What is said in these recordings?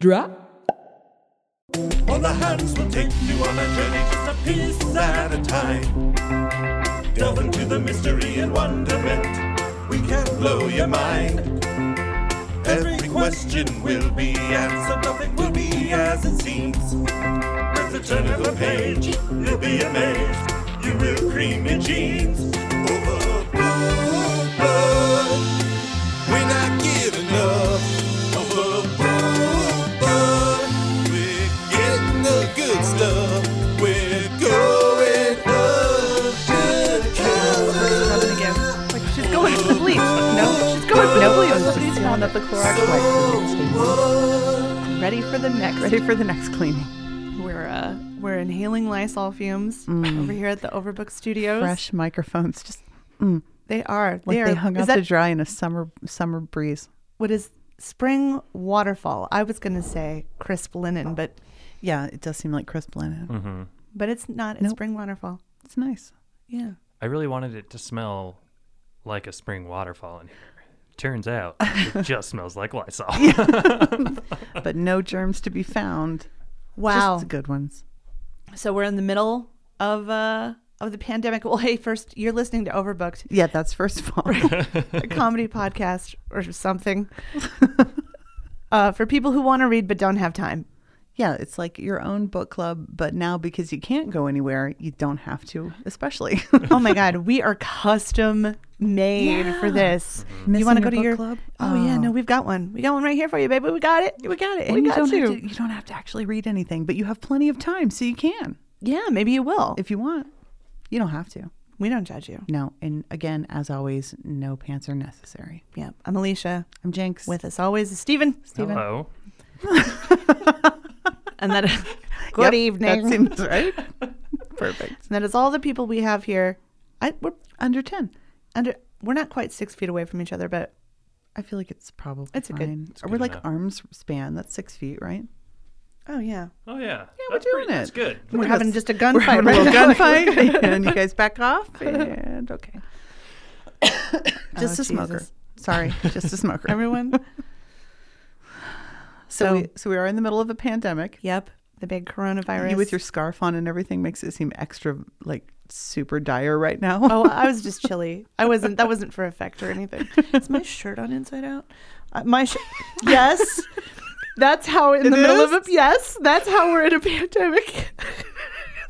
drop. All the hands will take you on a journey just a piece at a time. Delve into the mystery and wonderment. We can blow your mind. Every question will be answered, nothing will be as it seems. At the turn of a page, you'll be amazed. You will cream your jeans. Oh, Over blue blood, oh. we're not giving up. Over blue blood, we're getting the good stuff. We're going up to Canada. Nothing again. Like she's going to bleep. No, she's going to bleep. She's filling up the Clorox wipe. Ready for the next. Ready for the next cleaning. We're uh, we're inhaling Lysol fumes over here at the Overbook Studios. Mm. Fresh microphones, just They are. like they they, are. hung is out that to dry in a summer summer breeze. what is spring waterfall? I was gonna say crisp linen, but Yeah, it does seem like crisp linen. but it's not. It's spring waterfall. It's nice. Yeah. I really wanted it to smell like a spring waterfall in here. Turns out it just smells like Lysol. But no germs to be found. Wow. Just the good ones. So we're in the middle of uh of the pandemic. Well, hey, first you're listening to Overbooked, Yeah, that's first of all. a comedy podcast or something. uh, for people who want to read but don't have time. yeah, it's like your own book club, but now because you can't go anywhere, you don't have to, especially. Oh my God, we are custom made for this. you Mm-hmm. Missing want to a go to book your club? Oh, yeah, no, we've got one. We got one right here for you, baby. We got it. We got it. And, you you got don't you. have to you don't have to actually read anything, but you have plenty of time, so you can Yeah, maybe you will. If if you want. You don't have to. we don't judge you. No, and again, as always, no pants are necessary. Yeah, I'm Alicia. I'm Jinx. With us always is Steven. Steven. Hello. And that good evening. That seems right. Perfect. and that is all the people we have here. I we're Under ten. under we're not quite six feet away from each other, but I feel like it's probably It's a good- fine. good We're like enough. arms span. That's six feet, right? oh yeah. Oh yeah. Yeah, we're doing That's it. good. We're having just a gunfight having right a now. little gunfight, and you guys back off. And okay, just Oh, a smoker. Jesus. Sorry, just a smoker. Everyone. so, we, so we are in the middle of a pandemic. Yep. The big coronavirus. You with your scarf on and everything makes it seem extra like super dire right now. Oh, I was just chilly. I wasn't. That wasn't for effect or anything. Is my shirt on inside out? Uh, my sh- yes. That's how in the middle of a yes. That's how we're in a pandemic.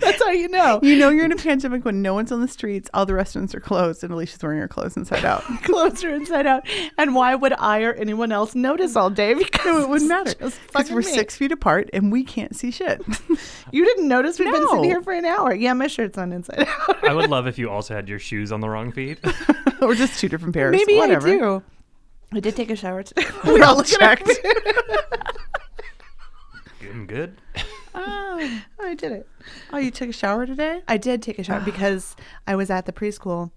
that's how you know. You know you're in a pandemic when no one's on the streets, all the restaurants are closed, and Alicia's wearing her clothes inside out. Clothes are inside out, and why would I or anyone else notice all day? Because No, it wouldn't matter it's just because fucking we're me. six feet apart and we can't see shit. You didn't notice we've been sitting No. here for an hour. Yeah, my shirt's on inside out. I would love if you also had your shoes on the wrong feet. or just two different pairs. Maybe whatever. I do. I did take a shower today. We're all checked. Getting good. oh, I did it. oh, you took a shower today? I did take a shower because I was at the preschool.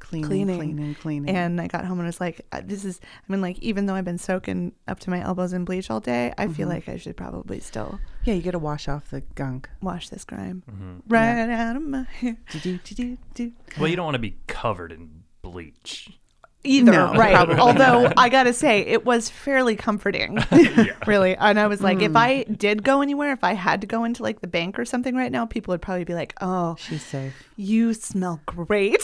Cleaning, Cleaning. cleaning, cleaning. And I got home and was like, uh, this is, I mean, like, even though I've been soaking up to my elbows in bleach all day, I feel like I should probably still yeah, you got to wash off the gunk. wash this grime right out of my hair. Do, do, do, do. Well, you don't want to be covered in bleach. Either, No, right. probably Although I got to say, it was fairly comforting, really. And I was like, if I did go anywhere, if I had to go into like the bank or something right now, people would probably be like, oh, She's safe. you smell great.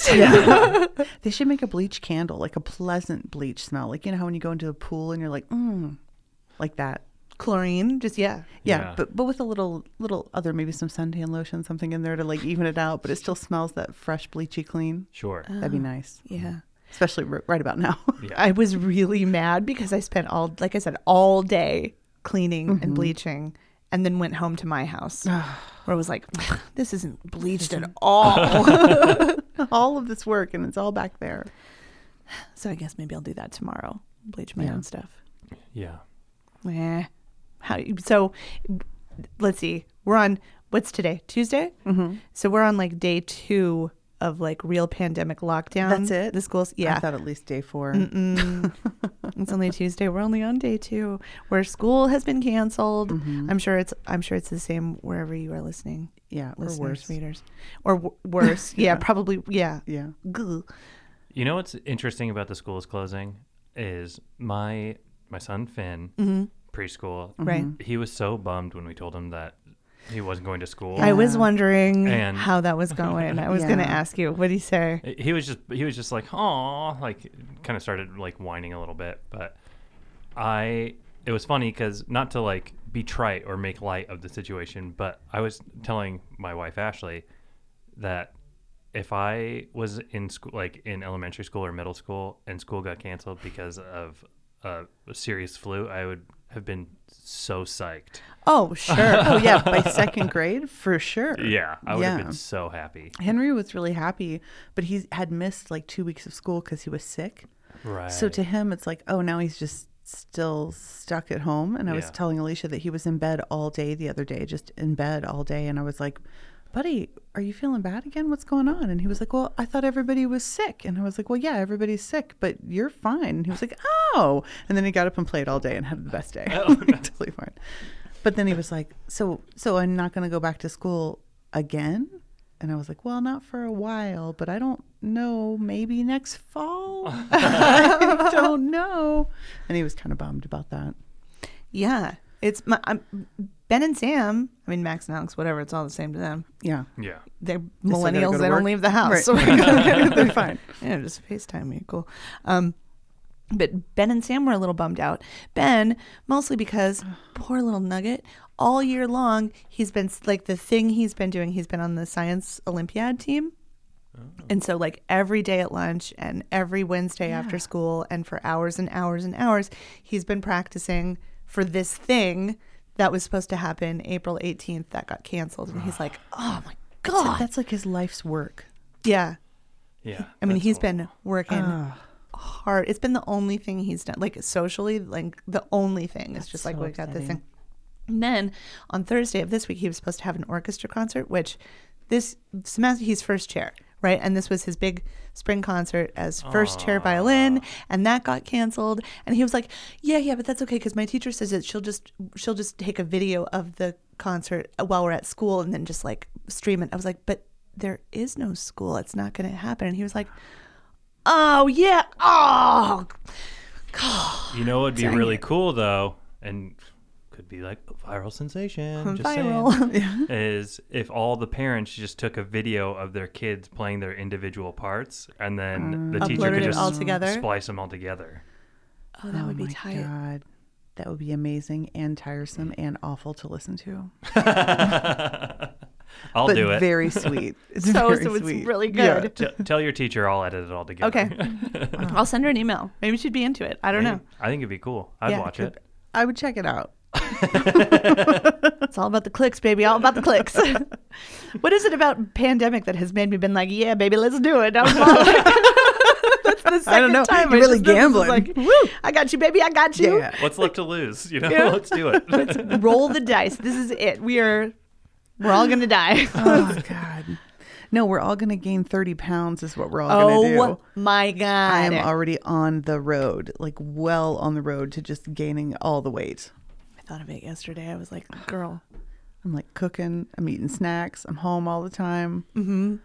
They should make a bleach candle, like a pleasant bleach smell. Like, you know how when you go into the pool and you're like, mm, like that. Chlorine, just, yeah. Yeah, Yeah. but but with a little little other maybe some suntan lotion something in there to like even it out, but it still smells that fresh bleachy clean. Sure. That'd be nice, Yeah. especially r- right about now. I was really mad because I spent all, like I said, all day cleaning Mm-hmm. and bleaching, and then went home to my house where I was like, this isn't bleached at all. all of this work and it's all back there. so I guess maybe I'll do that tomorrow. Bleach my own stuff. Yeah. Eh. How? So let's see. We're on what's today? Tuesday. Mm-hmm. So we're on like day two of like real pandemic lockdown. That's it? The schools. I Yeah. thought at least day 4 It's only Tuesday. We're only on day two, where school has been canceled. Mm-hmm. I'm sure it's I'm sure it's the same wherever you are listening, Yeah, or listeners, worse. readers, or w- worse. yeah, probably. Yeah. Yeah, Gah. You know what's interesting about the schools closing is my my son Finn preschool. Right. He was so bummed when we told him that he wasn't going to school. I was wondering And- how that was going. I was going to Yeah. ask you, what do you say? He was just he was just like, "Oh," like kind of started like whining a little bit, but I it was funny cuz not to like be trite or make light of the situation, but I was telling my wife Ashley that if I was in school like in elementary school or middle school and school got canceled because of a serious flu, I would have been so psyched. Oh, sure. oh yeah, by second grade for sure. Yeah, I would have Yeah. been so happy. Henry was really happy, but he had missed like two weeks of school because he was sick. Right. So to him, it's like, oh, now he's just still stuck at home. And I was Yeah. telling Alicia that he was in bed all day the other day, just in bed all day. And I was like, buddy, are you feeling bad again? What's going on? And he was like, well, I thought everybody was sick. And I was like, well, yeah, everybody's sick, but you're fine. And he was like, oh. And then he got up and played all day and had the best day. Oh, totally fine. But then he was like, so, so I'm not going to go back to school again. And I was like, well, not for a while, but I don't know. Maybe next fall. I don't know. And he was kind of bummed about that. yeah. It's my, I'm, Ben and Sam, I mean, Max and Alex, whatever, it's all the same to them. Yeah. yeah. They're They still gotta go millennials. to They don't work. leave the house. Right. So we're gonna- They're fine. yeah, just FaceTime me. Cool. Um, but Ben and Sam were a little bummed out. Ben, mostly because poor little Nugget, all year long, he's been like the thing he's been doing, he's been on the Science Olympiad team. Oh. And so, like every day at lunch and every Wednesday after school, and for hours and hours and hours, he's been practicing for this thing that was supposed to happen April 18th that got canceled. And he's like, oh my God. That's like his life's work. yeah. Yeah. I mean, that's he's all. been working hard. It's been the only thing he's done, like socially, like the only thing. It's just like so we got this upsetting. thing. And then on Thursday of this week, he was supposed to have an orchestra concert, which this semester he's first chair, right? And this was his big spring concert as first chair violin, and that got canceled. And he was like, "Yeah, yeah, but that's okay because my teacher says that she'll just she'll just take a video of the concert while we're at school and then just like stream it." I was like, "But there is no school; it's not going to happen." And he was like, "Oh yeah, oh." You know, it'd be really cool though, and could be like a viral sensation. Just viral. Saying, is if all the parents just took a video of their kids playing their individual parts, and then the teacher Mm. Uploaded could it just all together? splice them all together. Oh, that would be my tight. God. That would be amazing and tiresome and awful to listen to. I'll but do it. very sweet. It's So, very so it's sweet. really Yeah. good. T- tell your teacher I'll edit it all together. Okay. I'll send her an email. Oh. Maybe she'd be into it. I don't know. I think it'd be cool. I'd Yeah, it watch could it. I would check it out. It's all about the clicks, baby. All about the clicks. what is it about pandemic that has made me been like, yeah, baby, let's do it? I was all like, that's the second I don't know. time. You're I really just- this is gambling. Like, I got you, baby. I got you. Yeah. What's left to lose? You know, let's do it. Roll the dice. This is it. We are. We're all gonna die. Oh, God. No, we're all going to gain 30 pounds, is what we're all going to do. oh my god! I am already on the road, like well on the road to just gaining all the weight. I thought of it yesterday. I was like, girl, I'm like cooking, I'm eating snacks, I'm home all the time.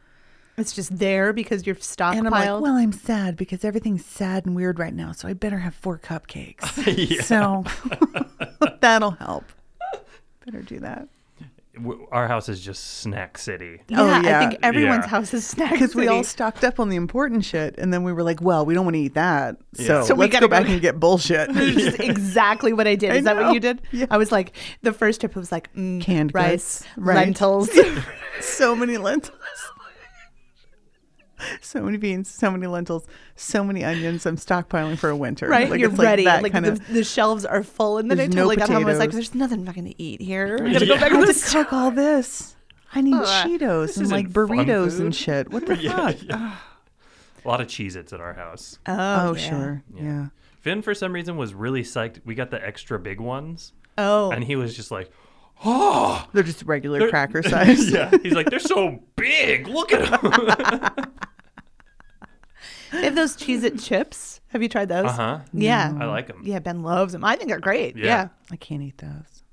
it's just there because you're stockpiled. And I'm like, well, I'm sad because everything's sad and weird right now, so I better have four cupcakes. Yeah. So that'll help. Better do that. W- Our house is just snack city. yeah, oh, I yeah. think everyone's Yeah. house is snacks Because we all city. stocked up on the important shit, and then we were like, well, we don't want to eat that. So, Yeah. So we let's gotta go back go- and get bullshit. Which is exactly what I did. Is that what know. you did? Yeah. I was like, the first tip was like mm, Canned rice, goods, right. lentils. so many lentils. So many beans, so many lentils, so many onions. I'm stockpiling for a winter. right, you're it's ready. that Like, kind the, of. the shelves are full, and then I There's no totally got home. I was like, potatoes. "There's nothing fucking to eat here. We're gonna go Yeah. back to How the to cook all this? I need Cheetos and isn't like fun burritos food. and shit. What the Yeah, fuck? yeah. A lot of Cheez Its at our house. yeah. Oh, sure, yeah. Finn, for some reason, was really psyched. We got the extra big ones, Oh, and he was just like, They're just regular cracker size. "Yeah." He's like, "They're so big. Look at them." they have those Cheez It chips. Have you tried those? Uh huh. Yeah, I like them. yeah. Ben loves them. I think they're great. Yeah. Yeah. I can't eat those.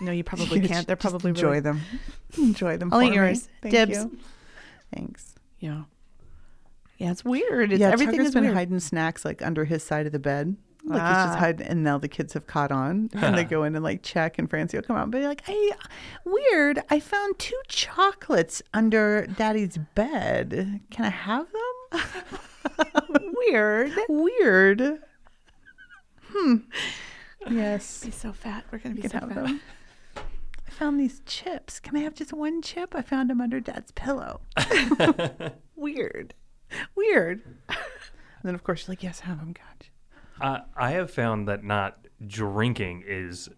No, you probably can't. They're Just probably enjoy really- them. Enjoy them. All for me. yours. Thank Dibs. you. Thanks. Yeah. Yeah, it's weird. It's, yeah, everything Tucker's is been weird. hiding snacks like under his side of the bed. Like he's Ah. just hiding, and now the kids have caught on, and they go in and like check, and Francie will come out and be like, "Hey, weird! I found two chocolates under Daddy's bed. Can I have them? Weird. weird. Hmm. Yes, Be so fat. We're gonna be you so can fat. have them. I found these chips. Can I have just one chip? I found them under Dad's pillow. Weird. Weird. and then of course she's like, "Yes, have them, God." Uh, I have found that not drinking is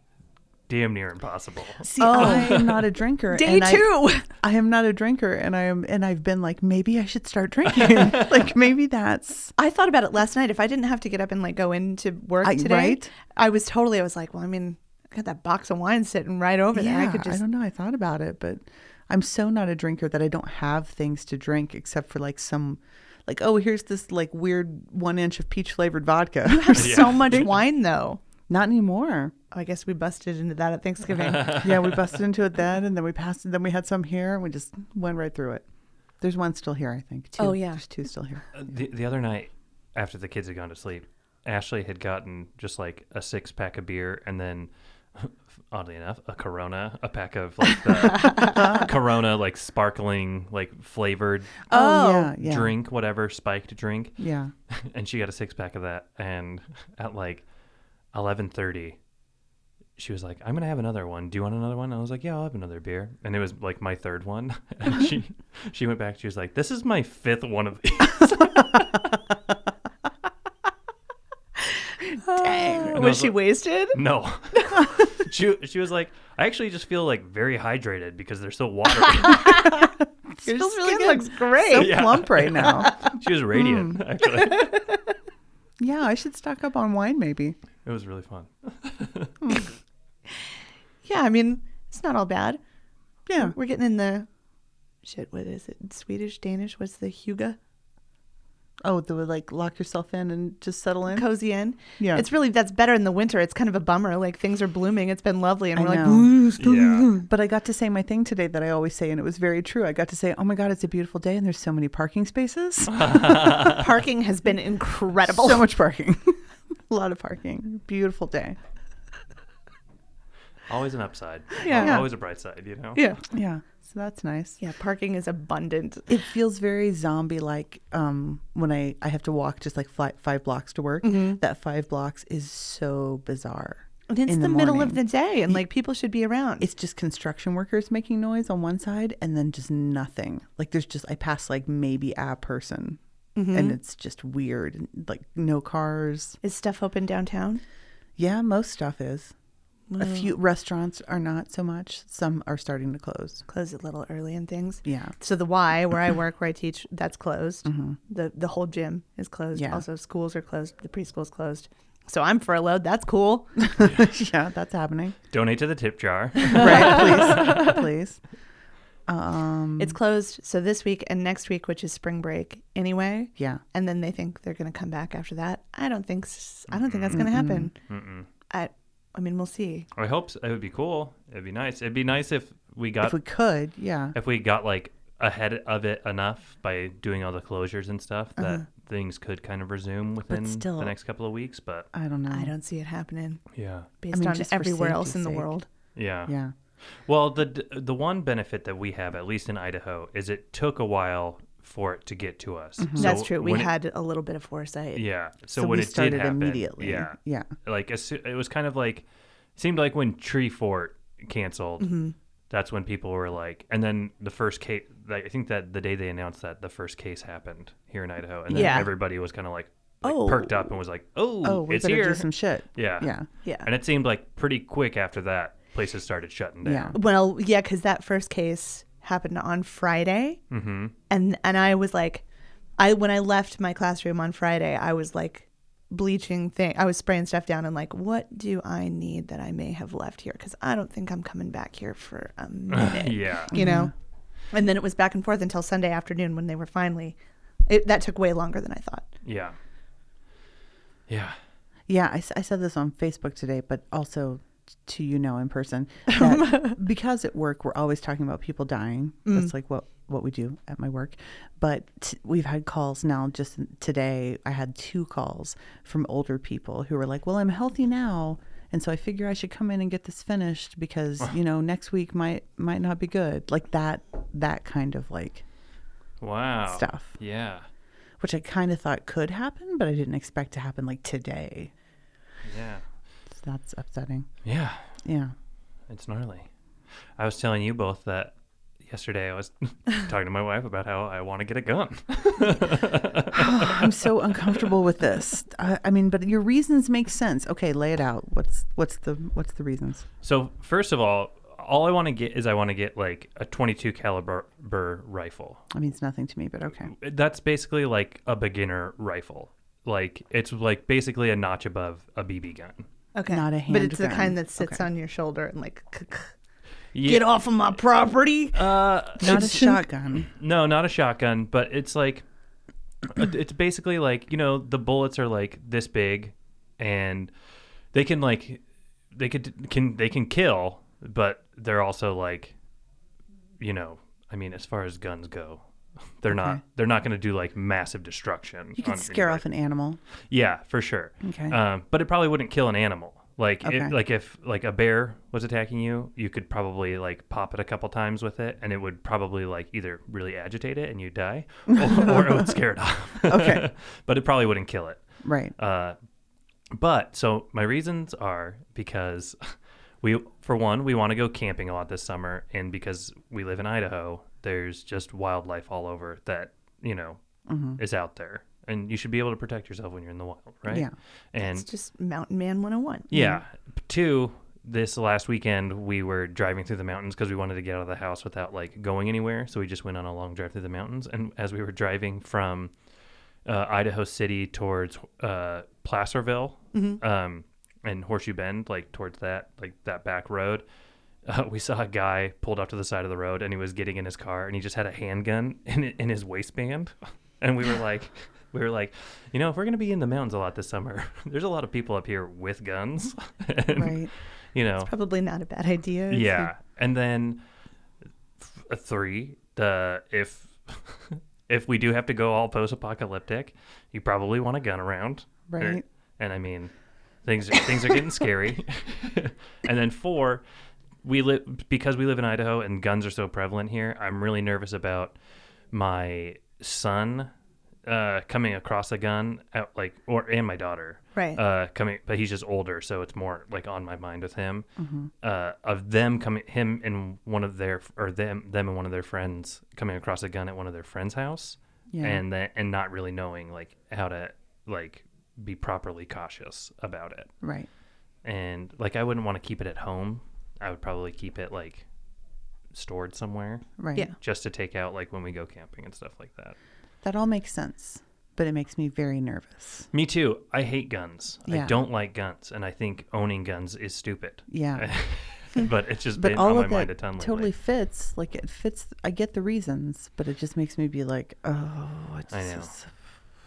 damn near impossible. See, Oh, I- I am not a drinker. day and I- two. I am not a drinker and I am and I've been like maybe I should start drinking. like maybe that's I thought about it last night. If I didn't have to get up and like go into work I- today, right? I was totally. I was like, well, I mean, I got that box of wine sitting right over there. I could I just. don't know. I thought about it, but I'm so not a drinker that I don't have things to drink except for like some like oh here's this like weird one inch of peach flavored vodka. So much wine, though. not anymore. Oh, I guess we busted into that at Thanksgiving. Yeah, we busted into it then and then we passed and then we had some here and we just went right through it. There's one still here, I think. Two. Oh, yeah. Oh. There's two still here. Uh, The, the other night, after the kids had gone to sleep, Ashley had gotten just like a six pack of beer and then, oddly enough, a Corona, a pack of like the Corona, like sparkling, like flavored Oh, yeah, yeah. drink, whatever, spiked drink. Yeah. and she got a six pack of that and at like 11:30 she was like I'm going to have another one do you want another one and I was like yeah I'll have another beer and it was like my third one and she she went back she was like this is my fifth one of these Oh. Dang. No, was she so- wasted? no she she was like I actually just feel like very hydrated because they're still Mm. watery Your Feels really skin good. looks great. So Yeah. plump right now. she was radiant actually yeah, I should stock up on wine maybe. it was really fun Yeah, I mean, it's not all bad. Yeah. We're getting in the shit. What is it? Swedish, Danish? What's the huga? Oh, the like lock yourself in and just settle in. Cozy in. Yeah. it's really that's better in the winter. It's kind of a bummer. Like things are blooming. It's been lovely, and I we're like, know. "Ooh, stop." yeah But I got to say my thing today that I always say, and it was very true. I got to say, "Oh my God, it's a beautiful day, and there's so many parking spaces, parking has been incredible. so much parking, a lot of parking. Beautiful day." always an upside Yeah. always a bright side you know yeah, Yeah, so that's nice. yeah. Parking is abundant. It feels very zombie-like um, when I I have to walk just like fly, five blocks to work. That five blocks is so bizarre. Mm-hmm. And it's in the, middle of morning. the day, and like people should be around. it's just construction workers making noise on one side and then just nothing. Like there's just I pass like maybe a person Mm-hmm. and it's just weird. and, Like no cars. is stuff open downtown? Yeah, most stuff is. A few restaurants are not so much. Some are starting to close. Close a little early and things. Yeah. Mm-hmm. So the Y where I work, where I teach, that's closed. The the whole gym is closed. Yeah. Also, schools are closed. The preschool's closed. So I'm furloughed. That's cool. yeah, that's happening. donate to the tip jar Right, please. please. Mm. It's closed. So this week and next week, which is spring break anyway. Yeah. And then they think they're going to come back after that. I don't think. s- I don't think that's going to happen. I. I mean, we'll see. I hope so. it would be cool it'd be nice it'd be nice if we got If we could, yeah. if we got like ahead of it enough by doing all the closures and stuff that things could kind of resume within still- Uh, the next couple of weeks but I don't know. I don't see it happening yeah based mean, on just for everywhere else in safety's the sake. world. yeah yeah. well the d- the one benefit that we have at least in Idaho is it took a while for it to get to us So Mm-hmm. That's true. We when it- had a little bit of foresight. yeah So so, when we it started did happen, immediately. yeah Yeah. like as soo- it was kind of like seemed like when Tree Fort canceled Mm-hmm. that's when people were like and then the first case I think that the day they announced that the first case happened here in Idaho and then Yeah. everybody was kind of like, like Oh. perked up and was like oh, Oh, we it's better here do some shit. yeah Yeah. Yeah. and it seemed like pretty quick after that places started shutting down Yeah. Well, yeah, because that first case happened on Friday, mm-hmm. and and I was like, I when I left my classroom on Friday, I was like bleaching thing. I was spraying stuff down and like, what do I need that I may have left here? Because I don't think I'm coming back here for a minute. yeah You know, and then it was back and forth until Sunday afternoon when they were finally. It, that took way longer than I thought. yeah yeah Yeah, I, s- I said this on Facebook today, but also to you know in person. that because at work, we're always talking about people dying. That's like what what we do at my work. But t- we've had calls now. Just today, I had two calls from older people who were like, "Well, I'm healthy now." And so I figure I should come in and get this finished because you know next week might might not be good like that that kind of like Wow. Stuff. Yeah. which I kind of thought could happen but I didn't expect to happen like today Yeah. So that's upsetting Yeah. yeah It's gnarly. I was telling you both that yesterday I was talking to my wife about how I want to get a gun. I'm so uncomfortable with this. I, I mean, but your reasons make sense. Okay, lay it out. What's what's the what's the reasons? So first of all, all I want to get is I want to get like a 22 caliber bur rifle. I mean, it's nothing to me, but okay. That's basically like a beginner rifle. Like it's like basically a notch above a BB gun. Okay. Not a But it's the handgun. kind that sits Okay. on your shoulder and like, k- k- Yeah, get off of my property. Uh, Not a it's- shotgun. No, not a shotgun, but it's like uh, it's basically like, you know, the bullets are like this big and they can like they could can they can kill, but they're also like you know, I mean as far as guns go, they're not Okay. they're not going to do like massive destruction. You can on scare anybody. off an animal. Yeah, for sure. Okay. Um, but it probably wouldn't kill an animal. Like Okay. if, like if like a bear was attacking you, you could probably like pop it a couple times with it, and it would probably like either really agitate it and you die, or, or it would scare it off. Okay. but it probably wouldn't kill it. Right. Uh, but so my reasons are because we, for one, we want to go camping a lot this summer, and because we live in Idaho, there's just wildlife all over that you know is out there, and you should be able to protect yourself when you're in the wild, right? Yeah. And It's just Mountain Man 101. yeah, two. This last weekend, we were driving through the mountains because we wanted to get out of the house without like going anywhere. So we just went on a long drive through the mountains. And as we were driving from uh, Idaho City towards uh, Placerville um, and Horseshoe Bend, like towards that like that back road, uh, we saw a guy pulled up to the side of the road and he was getting in his car and he just had a handgun in in his waistband, and we were like. We were like, you know, if we're going to be in the mountains a lot this summer, there's a lot of people up here with guns. And, Right. You know, Probably not a bad idea. if you- yeah. And then f- three, the if if we do have to go all post-apocalyptic, you probably want a gun around, Or- Right. and I mean, things are, things are getting scary. and then four, we live because we live in Idaho and guns are so prevalent here. I'm really nervous about my son uh, coming across a gun out like or and my daughter Right. uh, coming, but he's just older, so it's more like on my mind with him. Mm-hmm. Uh, of them coming, him and one of their, or them, them and one of their friends coming across a gun at one of their friend's house, Yeah. and that, and not really knowing like how to like be properly cautious about it. Right. And like, I wouldn't want to keep it at home. I would probably keep it like stored somewhere Right. Yeah. just to take out like when we go camping and stuff like that. That all makes sense, but it makes me very nervous. Me too. I hate guns. I Yeah. don't like guns, and I think owning guns is stupid. Yeah. but it's just But been all on my of mind a that ton lately. totally fits. Like it fits. I get the reasons, but it just makes me be like, oh, it's I know. just-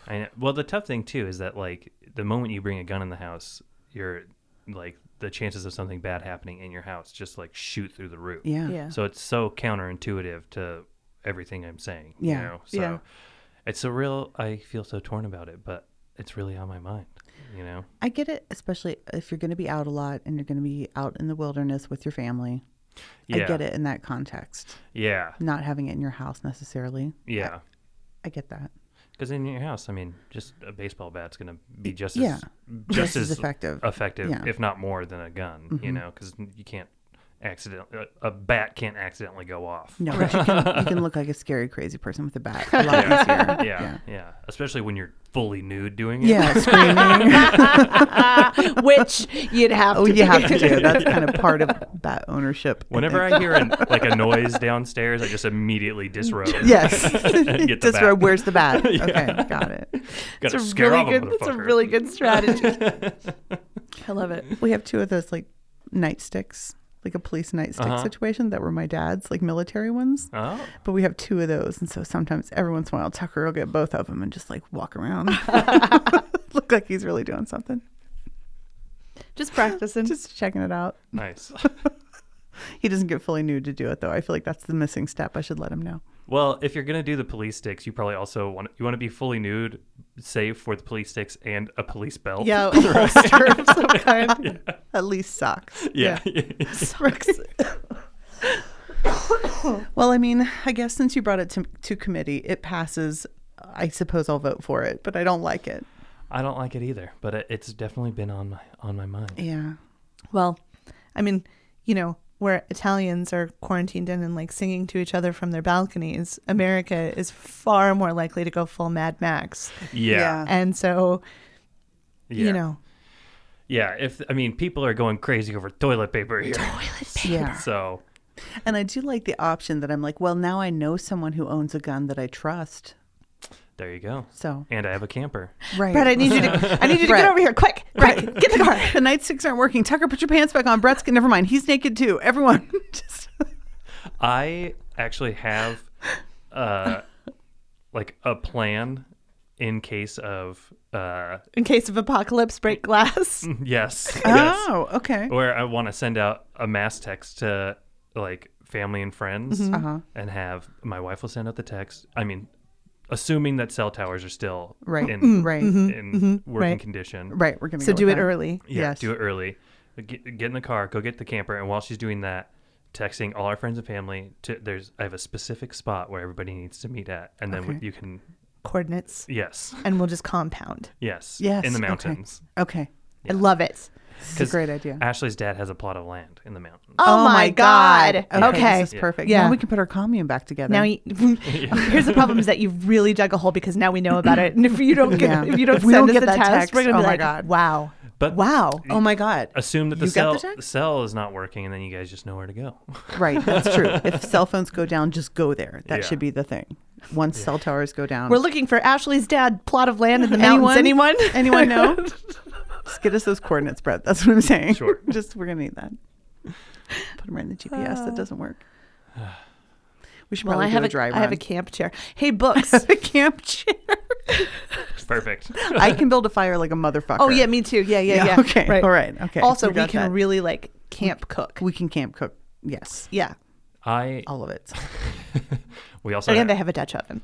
I know. Well, the tough thing too is that like the moment you bring a gun in the house, you're like the chances of something bad happening in your house just like shoot through the roof. yeah. Yeah. So it's so counterintuitive to everything I'm saying. Yeah. You know? So Yeah. it's a real. I feel so torn about it, but it's really on my mind. You know. I get it, especially if you're going to be out a lot and you're going to be out in the wilderness with your family. Yeah. I get it in that context. Yeah. Not having it in your house necessarily. Yeah. I get that. Because in your house, I mean, just a baseball bat's going to be just yeah. as Just as effective. effective, Yeah. if not more than a gun. You know, because you can't accidentally a a bat can't accidentally go off. No, but you can, you can look like a scary, crazy person with a bat. A lot easier. Yeah, yeah, Especially when you're fully nude doing it. Yeah, screaming. Which you'd have oh, to. you have to do. That's kind of part of bat ownership. I Whenever think. I hear an, like a noise downstairs, I just immediately disrobe. Yes. the Just bat. where's the bat? Okay, got it. Gotta It's a scare really off a good. It's a motherfucker. really good strategy. I love it. We have two of those like nightsticks, like a police nightstick Uh-huh. situation that were my dad's, like military ones. Oh, But we have two of those, and so sometimes every once in a while, Tucker will get both of them and just like walk around, look like he's really doing something, Just practicing. just checking it out. nice. He doesn't get fully nude to do it though. I feel like that's the missing step. I should let him know. Well, if you're gonna do the police sticks, you probably also want you want to be fully nude, save for the police sticks and a police belt. Yeah, a holster of some kind. At least socks. yeah. Socks. Well, I mean, I guess since you brought it to, to committee, it passes. I suppose I'll vote for it, but I don't like it. I don't like it either, but it, it's definitely been on my on my mind. Yeah. Well, I mean, you know, where Italians are quarantined in and like singing to each other from their balconies, America is far more likely to go full Mad Max. Yeah, And so, yeah. you know, Yeah, if I mean people are going crazy over toilet paper here. Yeah. So And I do like the option that I'm like, well, now I know someone who owns a gun that I trust. there you go. So, And I have a camper. right. Brett, I need you to, I need you to Brett. get over here, quick, quick, get the car. the night sticks aren't working. Tucker, put your pants back on. Brett's never mind. He's naked too. Everyone, just I actually have uh like a plan in case of uh In case of apocalypse, break glass. Mm-hmm. yes. yes. oh, okay. Where I want to send out a mass text to like family and friends Uh-huh. and have my wife will send out the text. I mean, assuming that cell towers are still Right. Mm-hmm. in Right. Mm-hmm. in working Right. condition. Right. We're gonna So go do with it that. early. Yeah, Yes. do it early. Get, get in the car, go get the camper, and while she's doing that, texting all our friends and family. To there's, I have a specific spot where everybody needs to meet at, and then Okay. you can, Coordinates, yes, and we'll just compound. yes, Yes, in the okay. mountains. Okay. I love it. It's a great idea. Ashley's dad has a plot of land in the mountains. Oh, my god. Okay. Okay. This is perfect. Yeah. Now we can put our commune back together. Now you, here's the problem: is that you've really dug a hole because now we know about it, and if you don't get, Yeah. if you don't If we send don't us get the that test, text, we're gonna oh be my like, God. wow, But- wow, oh my god. Assume that the You got cell the the, text? cell is not working, and then you guys just know where to go. Right, that's true. if cell phones go down, just go there. That Yeah. should be the thing. Once cell towers go down, we're looking for Ashley's dad plot of land in the mountains. Anyone? anyone know? just get us those coordinates, Brett. That's what I'm saying. Sure. just we're gonna need that. Put them right in the GPS. that doesn't work. We should Well, probably I have do a a dry run. I have a camp chair. Hey, books. a camp chair. Perfect. I can build a fire like a motherfucker. oh yeah, me too. Yeah, yeah, yeah. Yeah, okay, all right, okay. Also, We we, got can that. really like camp cook. we can camp cook. Yes, Yeah, I all of it. we also and they have a Dutch oven.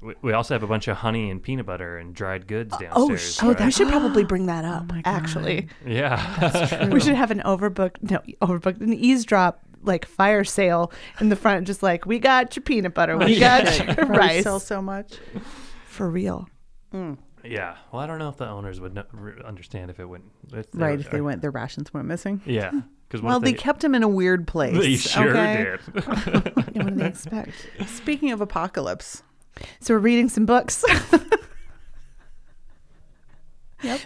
we, we also have a bunch of honey and peanut butter and dried goods downstairs. Oh, right? we should probably bring that up. my God. actually, yeah. We should have an overbooked, no, overbooked, an eavesdrop like fire sale in the front, just like we got your peanut butter, we got your Probably rice sell so much. for real. yeah. Well, I don't know if the owners would kno- re- understand if it wouldn't. if they Right, would- uh, if they went, their rations went missing. Yeah. Because Well, they, kept him in a weird place. They sure okay? did. Yeah, what do they expect? Speaking of apocalypse, So we're reading some books.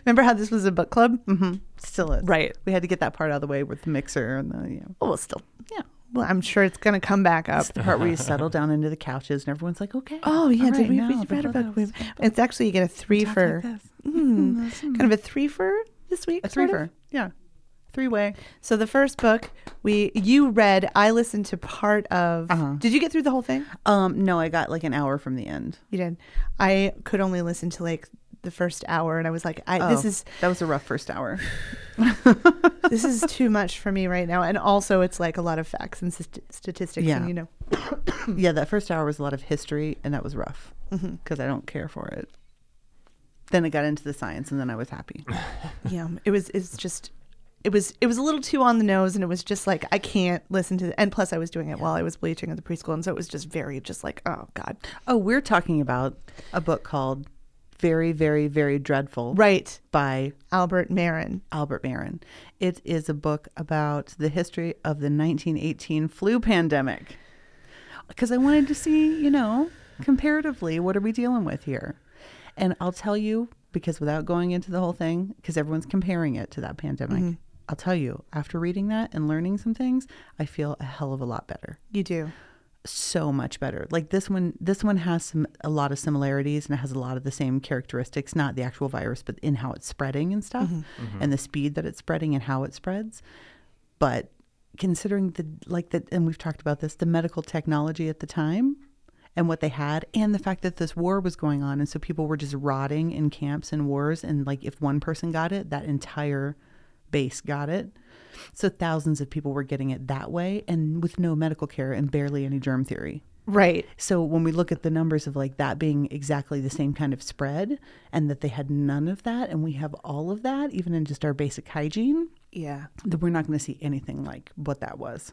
Remember how this was a book club? Mm-hmm. still is. Right. We had to get that part out of the way with the mixer and the, you know, Well, we'll still, yeah. Well, I'm sure it's gonna come back up. it's the part where you settle down into the couches and everyone's like, okay. Oh yeah, all did right, we, now we the read a book book? is We- It's actually you get a three like for this. Hmm. kind of a three for this week. A sort of? threefer. Yeah. Three way. So the first book we you read, I listened to part of. Uh-huh. Did you get through the whole thing? Um, no, I got like an hour from the end. You did. I could only listen to like the first hour, and I was like, I, "This Oh, is that was a rough first hour. this is too much for me right now." And also, it's like a lot of facts and st- statistics, Yeah. and you know, yeah, that first hour was a lot of history and that was rough because Mm-hmm. I don't care for it. Then it got into the science and then I was happy. yeah, it was it's just. It was it was a little too on the nose, and it was just like I can't listen to. And plus, I was doing it while I was bleaching at the preschool, and so it was just very just like oh god, Oh, we're talking about a book called Very, Very, Very Dreadful right? by Albert Marin. Albert Marin. It is a book about the history of the 1918 flu pandemic. Because I wanted to see, you know, comparatively, what are we dealing with here? And I'll tell you, because without going into the whole thing, because everyone's comparing it to that pandemic, I'll tell you, after reading that and learning some things, I feel a hell of a lot better You do. so much better. Like this one, this one has some a lot of similarities and it has a lot of the same characteristics, not the actual virus, but in how it's spreading and stuff, and the speed that it's spreading and how it spreads. But considering the like that, and we've talked about this, the medical technology at the time and what they had, and the fact that this war was going on, and so people were just rotting in camps and wars, and like if one person got it, that entire base got it. So thousands of people were getting it that way and with no medical care and barely any germ theory. Right. So when we look at the numbers of like that being exactly the same kind of spread and that they had none of that and we have all of that even in just our basic hygiene, Yeah. then we're not going to see anything like what that was.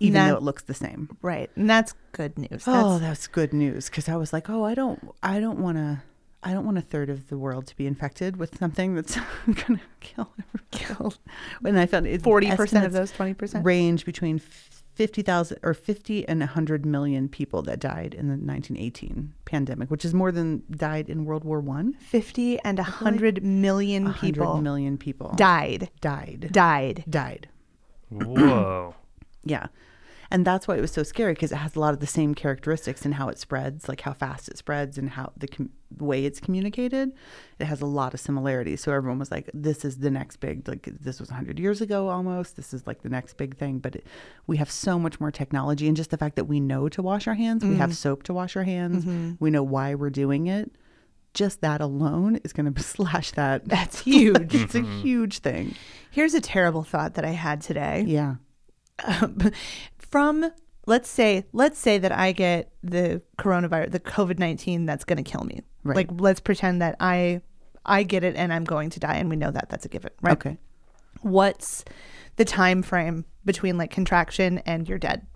Even Nah. though it looks the same. Right. And that's good news. oh, That's- that's good news cuz I was like, "Oh, I don't I don't want to I don't want a third of the world to be infected with something that's going to kill everyone. When I found it 40% of estimates- those 20%. range between 50,000 or 50 and 100 million people that died in the 1918 pandemic, which is more than died in World War 1. 50 and 100 million 100 people million people died. died. Died. died. Whoa. Yeah. And that's why it was so scary because it has a lot of the same characteristics in how it spreads, like how fast it spreads and how the com- way it's communicated. It has a lot of similarities. So everyone was like, this is the next big, like, this was 100 years ago almost. This is like the next big thing. But it, we have so much more technology. And just the fact that we know to wash our hands, we Mm-hmm. have soap to wash our hands, we know why we're doing it. Just that alone is going to slash that. That's huge. it's a huge thing. Here's a terrible thought that I had today. Um, Yeah. From let's say let's say that I get the coronavirus, the COVID-19 that's going to kill me. Right. Like let's pretend that I I get it and I'm going to die and we know that that's a given, right? Okay. What's the time frame between like contraction and you're dead?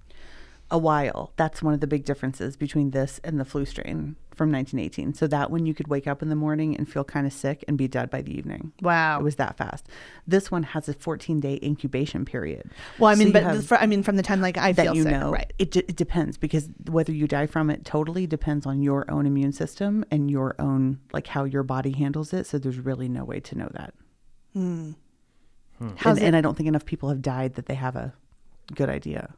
a while. That's one of the big differences between this and the flu strain from 1918. So that one you could wake up in the morning and feel kind of sick and be dead by the evening. Wow. It was that fast. This one has a 14 day incubation period. Well, I So mean, you but have- fr- I mean, from the time like I that feel you sick, know, right? it, d- it depends because whether you die from it totally depends on your own immune system and your own, like how your body handles it. So there's really no way to know that. Hmm. How's and, and I don't think enough people have died that they have a good idea.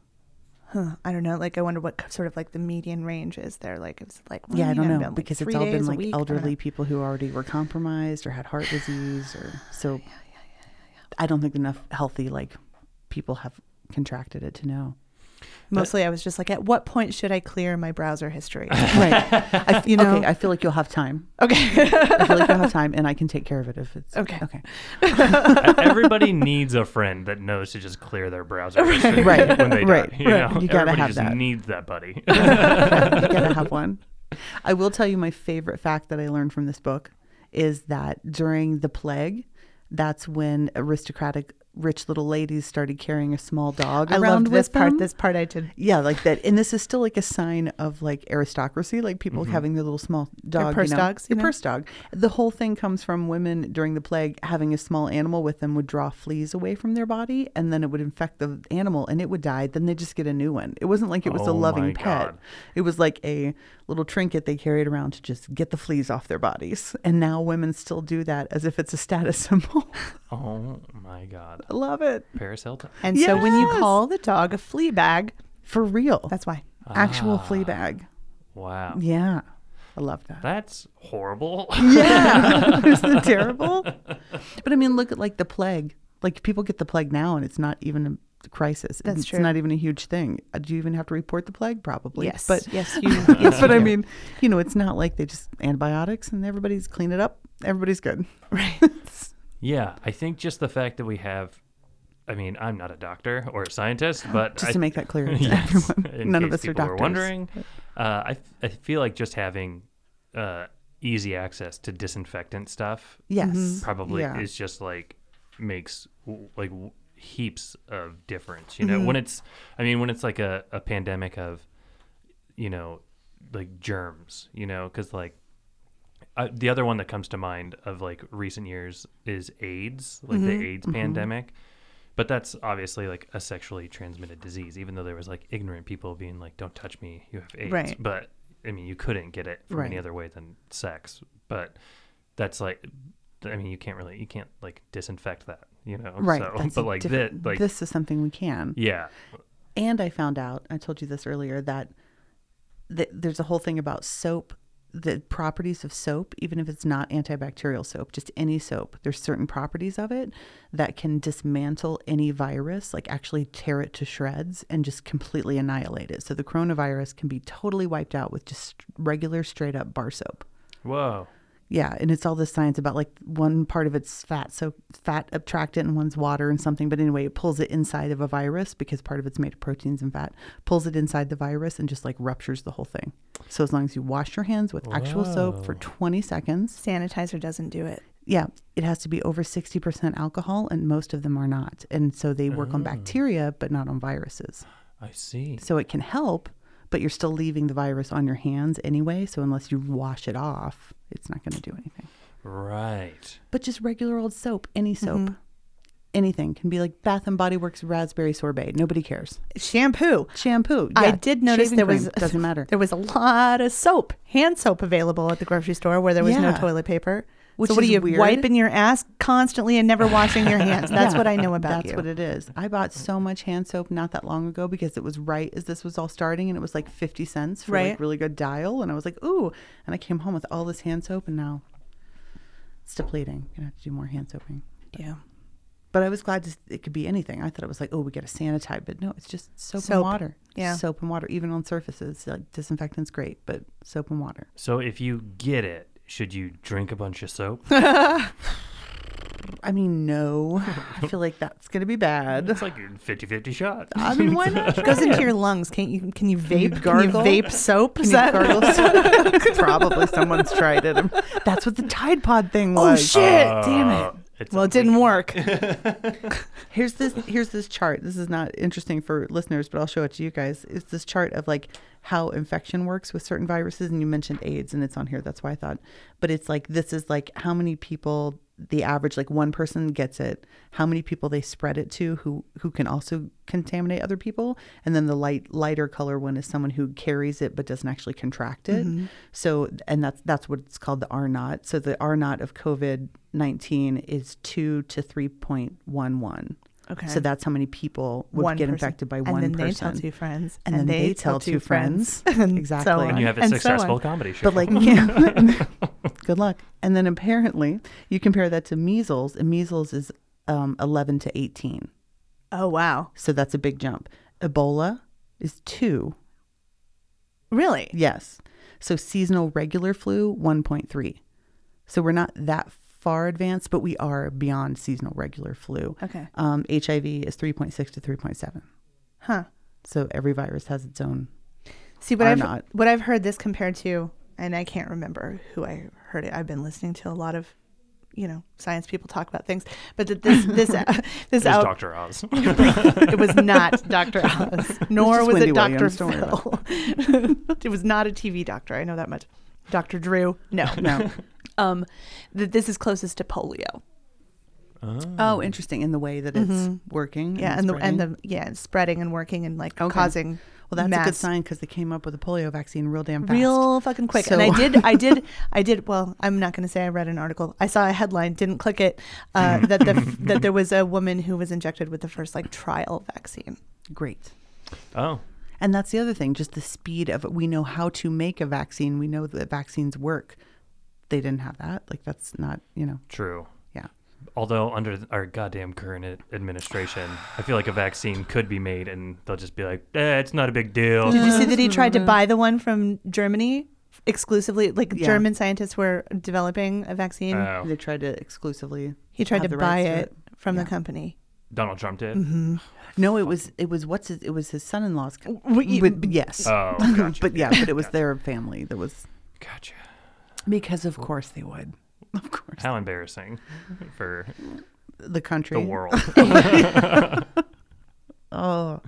Huh, I don't know. Like, I wonder what sort of like the median range is there. Like, it's like well, Yeah, I you don't know, been, like, because three it's all been days, a like week, I don't know. elderly people who already were compromised or had heart disease or so. I don't think enough healthy like people have contracted it to know. Mostly, I was just like, at what point should I clear my browser history? Right. I, you know. okay. I feel like you'll have time. okay. I feel like you'll have time, and I can take care of it if it's Okay. Okay. E-, Everybody needs a friend that knows to just clear their browser history Right. when they Right. die. You, Right. know? You gotta Everybody have just that. needs that buddy. you gotta have one. I will tell you my favorite fact that I learned from this book is that during the plague, that's when aristocratic rich little ladies started carrying a small dog I around loved with this part. them. This part I did. Yeah, like that, and this is still like a sign of like aristocracy, like people having their little small dog, you Mm-hmm. purse know, dogs, you your know? purse dog. The whole thing comes from women during the plague having a small animal with them would draw fleas away from their body, and then it would infect the animal, and it would die. Then they just get a new one. It wasn't like it was a Oh my loving pet. God. It was like a little trinket they carried around to just get the fleas off their bodies. And now women still do that as if it's a status symbol. oh my god. I love it Paris Hilton. And so when you Yes. call the dog a flea bag, for real. that's why. actual Ah. flea bag. Wow. Yeah, I love that. That's horrible. Yeah. Isn't it terrible? But I mean, look at like the plague. Like people get the plague now and it's not even a crisis. That's it's true. not even a huge thing. Uh, Do you even have to report the plague? Probably. Yes, But, yes, you. but I mean, you know, it's not like they just antibiotics and everybody's clean it up. Everybody's good. right. yeah, I think just the fact that we have I mean, I'm not a doctor or a scientist, but Just I, to make that clear to Yes, everyone. in None of case us are people doctors. Were wondering, uh, I, f- I feel like just having uh, easy access to disinfectant stuff Yes. probably Yeah. is just like makes w- like w- heaps of difference. You know, when it's, I mean, when it's like a, a pandemic of, you know, like germs, you know, because like uh, the other one that comes to mind of like recent years is AIDS, like Mm-hmm. the AIDS pandemic. But that's obviously like a sexually transmitted disease, even though there was like ignorant people being like, "Don't touch me, you have AIDS." Right. But I mean, you couldn't get it from any Right. other way than sex. But that's like, I mean, you can't really, you can't like disinfect that, you know? Right. So, that's but like diff- that, like this is something we can. yeah, And I found out, I told you this earlier, that th- there's a whole thing about soap, the properties of soap, even if it's not antibacterial soap, just any soap. There's certain properties of it that can dismantle any virus, like actually tear it to shreds and just completely annihilate it. So the coronavirus can be totally wiped out with just regular, straight up bar soap. whoa, Yeah, and it's all this science about like one part of it's fat, so fat abtractant, and one's water and something. But anyway, it pulls it inside of a virus because part of it's made of proteins and fat. Pulls it inside the virus and just like ruptures the whole thing. So as long as you wash your hands with actual soap for 20 seconds, Sanitizer doesn't do it. yeah, it has to be over 60% alcohol, and most of them are not. And so they work on bacteria, but not on viruses. I see. So it can help, but you're still leaving the virus on your hands anyway. So unless you wash it off, it's not going to do anything. Right. But just regular old soap, any soap, Mm-hmm. anything can be like Bath and Body Works raspberry sorbet. Nobody cares. Shampoo. Shampoo. I yeah, did notice shaving there cream, was doesn't matter. There was a lot of soap, hand soap available at the grocery store where there was no Yeah. toilet paper. Which so what is are you weird. wiping your ass constantly and never washing your hands? That's Yeah, what I know about That's you. what it is. I bought so much hand soap not that long ago because it was right as this was all starting and it was like 50 cents for Right. like really good dial. And I was like, ooh. And I came home with all this hand soap and now it's depleting. You're going to have to do more hand soaping. yeah. But I was glad to, it could be anything. I thought it was like, oh, we got to sanitize, but no, it's just soap, Soap. and water. Yeah. soap and water, even on surfaces. Like disinfectant's great, but soap and water. So if you get it, should you drink a bunch of soap? I mean, no, I feel like that's gonna be bad. it's like a 50-50 shot. I mean, why not? It goes into your lungs. Can't you can you vape gargle? Can you vape soap? Is Can you that- gargle soap? Probably someone's tried it. That's what the Tide Pod thing oh was. shit. Damn it. Uh, It's Well, it didn't work. Here's this here's this chart. This is not interesting for listeners, but I'll show it to you guys. It's this chart of like how infection works with certain viruses and you mentioned AIDS and it's on here. That's why I thought. But it's like this is like how many people the average like one person gets it, how many people they spread it to who who can also contaminate other people, and then the light lighter color one is someone who carries it but doesn't actually contract it. Mm-hmm. So and that's that's what it's called the R naught. So the R naught of COVID 19 is 2 to 3.11. Okay. So that's how many people would get person. infected by one and then person. they tell two friends, And then they tell two friends. and Exactly. So on. And And you have a and so successful on. comedy show. But like, yeah. good luck. And then apparently, you compare that to measles, and measles is um, 11 to 18. oh wow, So that's a big jump. Ebola is two. really? Yes. So seasonal regular flu, 1.3. So we're not that far advanced, but we are beyond seasonal regular flu. Okay. Um, HIV is 3.6 to 3.7. Huh. So every virus has its own. See, what Are I've not. what I've heard this compared to, and I can't remember who I heard it. I've been listening to a lot of, you know, science people talk about things, but that this this this It is out Dr. Oz. it was not Dr. Oz, nor just was, Wendy it Dr. Williams, don't worry Phil. it was not a TV doctor. I know that much. Dr. Drew, no, No. um, that this is closest to polio. oh, interesting. In the way that it's working. Yeah, and the spreading. and the yeah, and spreading and working and like Okay. causing. well, that's mass a good sign because they came up with a polio vaccine real damn fast. real fucking quick. and So- I did, I did, I did. Well, I'm not going to say I read an article. I saw a headline, didn't click it, uh, that the f- that there was a woman who was injected with the first like trial vaccine. Great. oh. And that's the other thing, just the speed of it. We know how to make a vaccine. We know that vaccines work. They didn't have that. Like that's not, you know, True. yeah. Although under th- our goddamn current ad- administration, I feel like a vaccine could be made, and they'll just be like, eh, "It's not a big deal." Did you see that he tried to buy the one from Germany exclusively? Like Yeah. German scientists were developing a vaccine. Oh. They tried to exclusively. he tried have to the buy rights it, from the company. Donald Trump did. Mm-hmm. No, it was it was what's his, it was his son-in-law's. Co- We- with, yes. Oh, gotcha. but yeah, but it was their family that was gotcha. because of course they would. Of course. How embarrassing for The country. the world. Oh.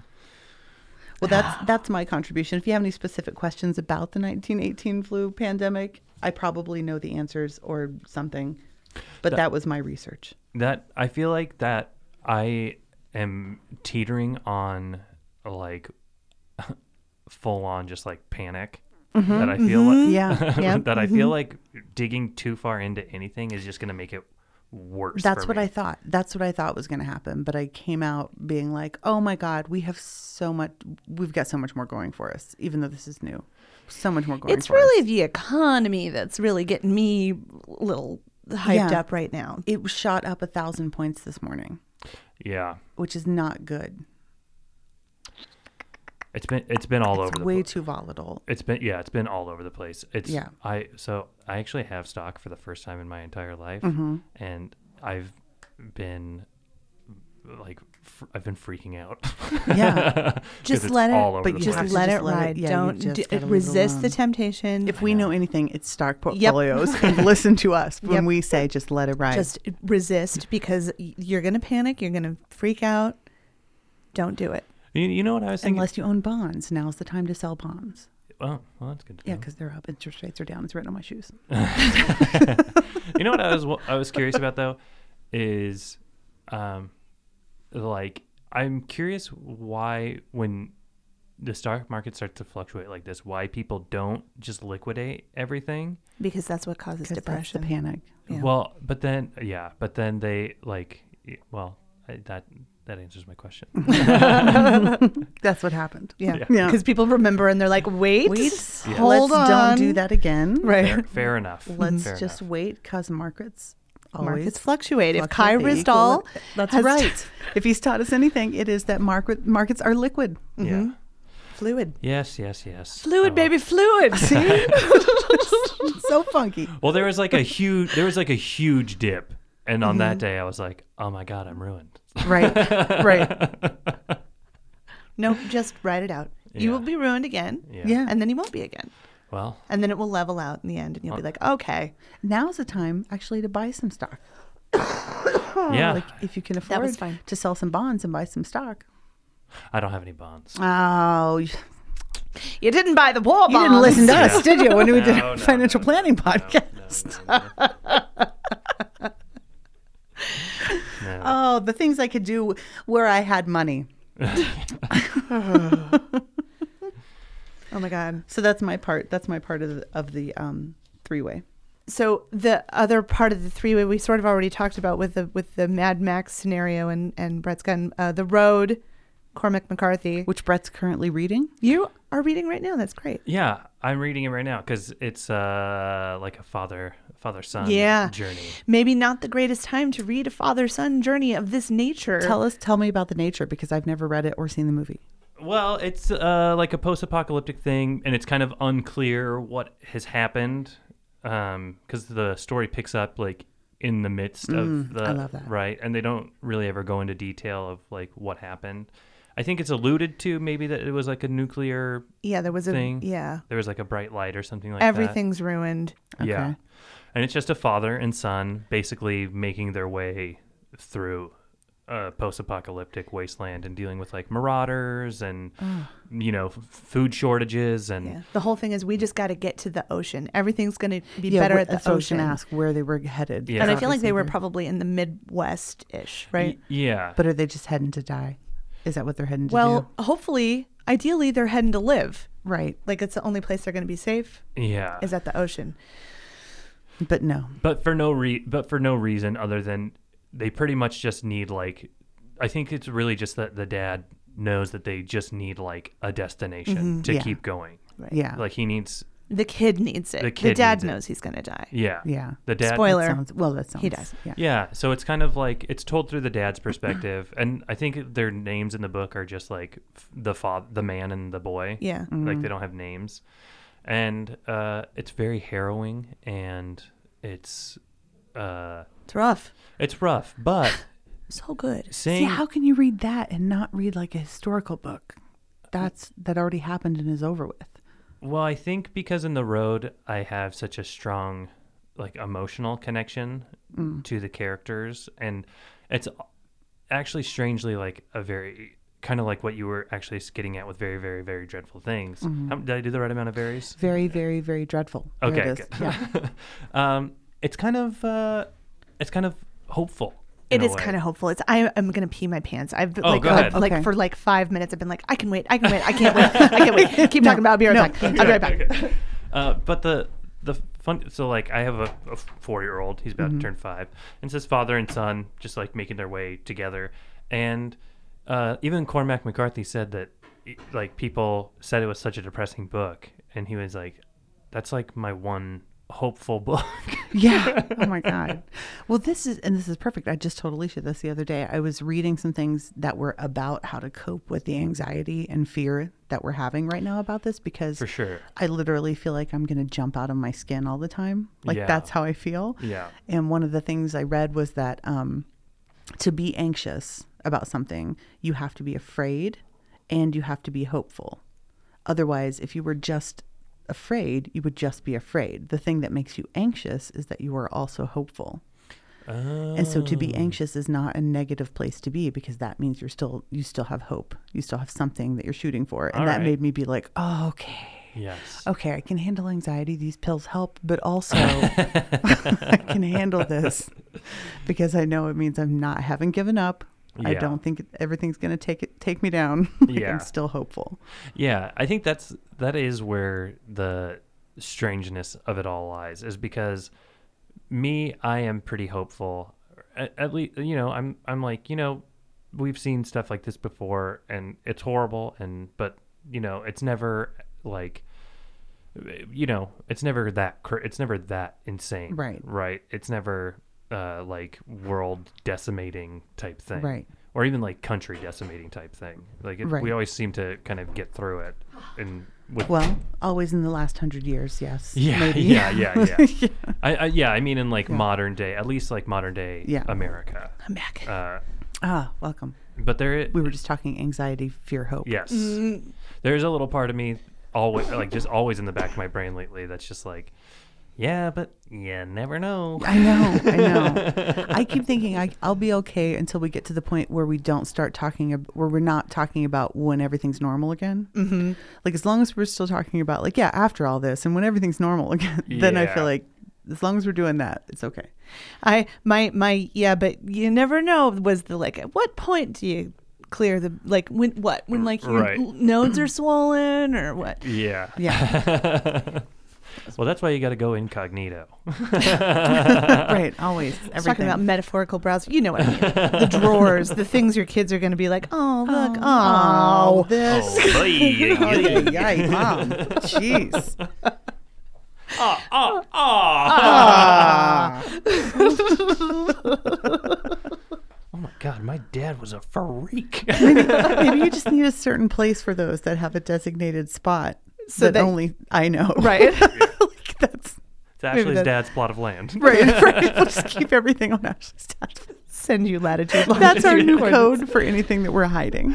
Well, that's that's my contribution. If you have any specific questions about the 1918 flu pandemic, I probably know the answers or something. But that, was my research. that I feel like that I am teetering on like full on just like panic that I feel like Mm-hmm. Yeah. Mm-hmm. Yeah. that I feel like digging too far into anything is just gonna make it worse. That's for what me. I thought. That's what I thought was going to happen, but I came out being like, "Oh my god, we have so much we've got so much more going for us even though this is new. So much more going It's for us." really the economy that's really getting me a little hyped Yeah. up right now. it shot up a thousand points this morning, Yeah. which is not good. It's been it's been all over It's the way pla- too volatile. It's been yeah, it's been all over the place. It's Yeah. I so I actually have stock for the first time in my entire life, Mm-hmm. and I've been like fr- I've been freaking out. Yeah. 'Cause Just it's let it- all over but the you place. just have to let just it let it- ride. yeah, you Don't just d- gotta leave it resist the alone. temptation. If we know anything, it's stock Yep. portfolios. and listen to us Yep. when we say just let it ride. just resist because y- you're going to panic, you're going to freak out. Don't do it. you, you know what I was thinking? Unless you own bonds, now's the time to sell bonds. oh, well, that's good. To Yeah, know. because they're up. Interest rates are down. It's written on my shoes. you know what I was I was curious about though is um like I'm curious why when the stock market starts to fluctuate like this why people don't just liquidate everything Because that's what causes Because that's the depression. panic. Yeah. well but then yeah but then they like y- well I, that that answers my question That's what happened. yeah. Because Yeah. people remember and they're like, wait, Wait, hold let's on. don't do that again. Right. fair, fair enough Let's fair just enough. wait because markets always Markets fluctuate. If Kai fluctuate. They equal- Rizdal, That's has- right. if he's taught us anything, it is that market markets are liquid. yeah fluid. yes yes yes mm-hmm. Fluid, Oh. baby, fluid. See? It's so funky. well there was like a huge there was like a huge dip and on Mm-hmm. that day I was like oh my god I'm ruined Right. right. no, just write it out. You Yeah. will be ruined again, yeah, Yeah. and then you won't be again. well And then it will level out in the end, and you'll be like, okay, Now's the time actually to buy some stock. yeah Oh, Like if you can That afford was fine. to sell some bonds and buy some stock. I don't have any bonds. Oh, you you didn't buy the war bonds. you didn't listen to Yeah. us, did you? When we did No, our no, financial no, no, planning No, podcast. no, no, no. No. Oh, the things I could do where I had money. Oh my god. So that's my part. That's my part of the, of the um, three way. So the other part of the three way we sort of already talked about with the with the Mad Max scenario and and Brett's gun, uh, the road, Cormac McCarthy. which Brett's currently reading. You are reading right now. That's great. yeah, I'm reading it right now because it's uh like a father father son Yeah. journey. Maybe not the greatest time to read a father son journey of this nature. Tell us, tell me about the nature because I've never read it or seen the movie. Well, it's uh like a post apocalyptic thing, and it's kind of unclear what has happened, um because the story picks up like in the midst of the Mm, I love that. right, and they don't really ever go into detail of like what happened. I think it's alluded to maybe that it was like a nuclear yeah, there was a thing. yeah. there was like a bright light or something like that. Everything's ruined. Yeah. Okay. And it's just a father and son basically making their way through a post apocalyptic wasteland and dealing with like marauders and, you know, f- food shortages. And Yeah. The whole thing is we just got to get to the ocean. Everything's going to be better wh- at the that's what I was ocean. gonna ask where they were headed. Yeah. And I It's feel like they were Obviously probably in the Midwest ish, right? Y- yeah. But are they just heading to die? Is that what they're heading to do? Well, hopefully, ideally, they're heading to live. Right. Like it's the only place they're going to be safe yeah. is at the ocean. But no. but for no re- but for no reason other than they pretty much just need like I think it's really just that the dad knows that they just need like a destination Mm-hmm. to Yeah. keep going. Yeah. Like he needs The kid needs it. The The, kid dad needs it. knows he's going to die. yeah. yeah. The dad Spoiler. Sounds, well, that sounds. He does. Yeah. Yeah, so it's kind of like it's told through the dad's perspective, and I think their names in the book are just like f- the father, the man, and the boy. Yeah. like they don't have names, and uh, it's very harrowing, and it's uh, It's rough. it's rough, but So good. seeing See, how can you read that and not read like a historical book? That's that already happened and is over with. well, I think because in the road I have such a strong like emotional connection Mm. to the characters, and it's actually strangely like a very kind of like what you were actually getting at with very very very dreadful things Mm-hmm. How, did i do the right amount of varies Very, very, very dreadful. There okay it is. good. Yeah. um it's kind of uh it's kind of hopeful It is kind of hopeful. It's I am gonna pee my pants. I've Oh, like go uh, ahead. like Okay. for like five minutes. I've been like I can wait. I can wait. I can't wait. I can't wait. Keep talking about it. I'll be right back. I'll be right back. uh but the the fun so like i have a, a four year old he's about to turn five and it's his father and son just like making their way together and uh even cormac mccarthy said that eh, like people said it was such a depressing book and he was like that's like my one hopeful book. Yeah. Oh my God. Well, this is, and this is perfect. I just told Alicia this the other day. I was reading some things that were about how to cope with the anxiety and fear that we're having right now about this because For sure. I literally feel like I'm going to jump out of my skin all the time. Like Yeah. that's how I feel. Yeah. And one of the things I read was that um, to be anxious about something, you have to be afraid and you have to be hopeful. Otherwise, if you were just afraid, you would just be afraid. The thing that makes you anxious is that you are also hopeful. And so to be anxious is not a negative place to be because that means you're still you still have hope. You still have something that you're shooting for. And All that right. made me be like, "Oh, okay." Yes. okay, I can handle anxiety. These pills help, but also I can handle this because I know it means I'm not haven't given up. I Yeah. don't think everything's going to take it take me down. Like, Yeah. I'm still hopeful. Yeah, I think that's that is where the strangeness of it all lies is because me, I am pretty hopeful. At, at least, you know, I'm I'm like, you know, we've seen stuff like this before and it's horrible and but, you know, it's never like you know, it's never that cr- it's never that insane. Right. Right. It's never uh, like world decimating type thing Right. or even like country decimating type thing. Like it, Right. we always seem to kind of get through it, and with, Well, always in the last 100 years, yes. yeah, maybe. yeah, yeah, yeah, I, I, yeah, I mean, in like modern day, at least like modern day Yeah. America. I'm back. Uh, ah, welcome. but there, We were Mm. just talking anxiety, fear, hope. yes, there's a little part of me always like just always in the back of my brain lately that's just like, yeah, but you never know. I know, I know. I keep thinking I, I'll be okay until we get to the point where we don't start talking, ab- where we're not talking about when everything's normal again. Mm-hmm. Like as long as we're still talking about, like, yeah, after all this, and when everything's normal again, then I Yeah. feel like as long as we're doing that, it's okay. I my my yeah, but you never know was the like at what point do you clear the like when what when like your Right. l- nodes are swollen or what? Yeah. Yeah, Well, that's why you got to go incognito. right. Always I was everything. talking about metaphorical browser. You know what I mean? the drawers, the things your kids are going to be like, oh look, oh, oh, Oh, this. boy, Oh, you- yeah, yeah, mom. Jeez. oh, oh. Ah. Oh my god, my dad was a freak. Maybe you just need a certain place for those that have a designated spot So that that- only I know. right. like that's It's Ashley's that- dad's plot of land. right. right. We'll just keep everything on Ashley's desk. Send you latitude. That's our longitude, new coordinates. code for anything that we're hiding.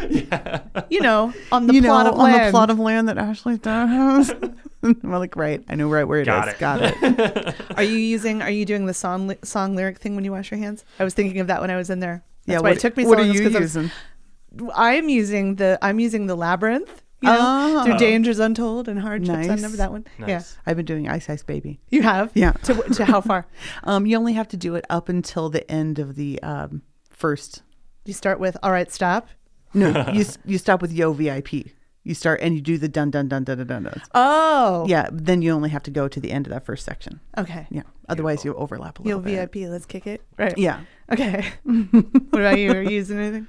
You know, on the you know, plot of on land. the plot of land that Ashley's dad has. I'm like, right. I know right where it is. Got it. Got it. Are you using? Are you doing the song li- song lyric thing when you wash your hands? I was thinking of that when I was in there. That's why what, it took me so What long are is you 'cause I was- using? I'm using the I'm using the labyrinth. You know, Oh. through dangers untold and hardships. I Nice. remember that one. Nice. I've been doing Ice Ice Baby. Yeah, you have. Yeah. To, wh- to how far? Um, you only have to do it up until the end of the um, first. You start with all right, stop. No, you s- you stop with Yo VIP. You start and you do the dun dun dun dun dun dun. dun. Oh, Yeah, then you only have to go to the end of that first section. Okay. Yeah. Otherwise, you overlap a Yo little bit. VIP. Let's kick it. Right. Yeah. Okay. what about you? Are you using anything?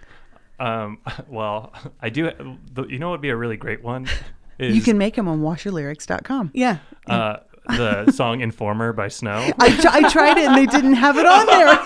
Um, well, I do. The, you know what would be a really great one? Is, You can make them on washyourlyrics.com. Yeah. uh, the song "Informer" by Snow. I, tr- I tried it and they didn't have it on there.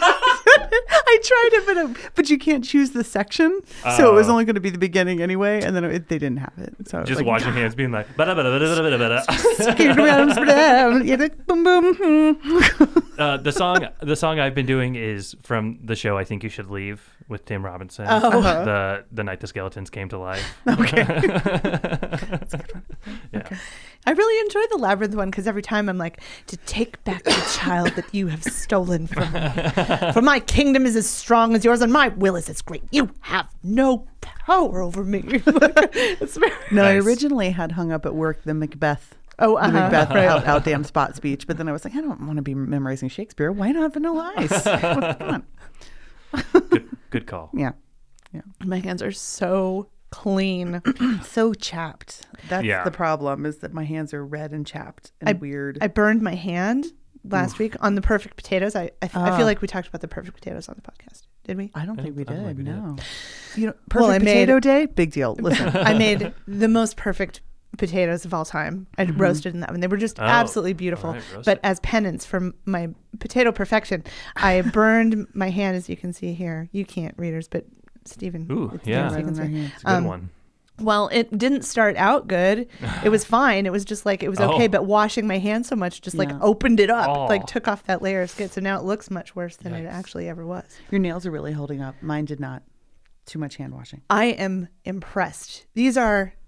I tried it, but um, but you can't choose the section, so it was Oh. only going to be the beginning anyway. And then it, they didn't have it, so I was Just like, washing hands, being like, "Bada, bada, bada, bada, bada, bada." "Scared around, spread, yeah, like, boom boom. hmm." uh, the song the song I've been doing is from the show I Think You Should Leave with Tim Robinson. Oh. Uh-huh. The the night the skeletons came to life. Okay. yeah. I really enjoy the labyrinth one because every time I'm like, to take back the child that you have stolen from me. For my kingdom is as strong as yours, and my will is as great. You have no power over me. it's very, No, I Nice. originally had hung up at work the Macbeth. Oh, The uh-huh. Macbeth out, out damn spot speech, but then I was like, I don't want to be memorizing Shakespeare. Why not Vanilla Ice? Come on. Good, good call. Yeah, my hands are so clean. so chapped. That's Yeah. the problem is that my hands are red and chapped and weird. I burned my hand last week on the perfect potatoes. I, I, f- I feel like we talked about the perfect potatoes on the podcast, did we? I don't think we I don't did. think we did. No. You know, perfect Well, I made- potato day, big deal. Listen, I made the most perfect potatoes of all time. I roasted in that one. They were just Oh, absolutely beautiful. all right, roasted. but as penance for my potato perfection, I burned my hand, as you can see here. You can't, readers, but Stephen. Ooh, it's yeah. Stephen Right on their Stevenson's- hands. It's a good um, one. Well, it didn't start out good. It was fine. It was just like it was okay, Oh. but washing my hands so much just like Yeah. opened it up, Oh. like took off that layer of skin. So now it looks much worse than it Yikes. actually ever was. Your nails are really holding up. Mine did not. Too much hand washing. I am impressed. These are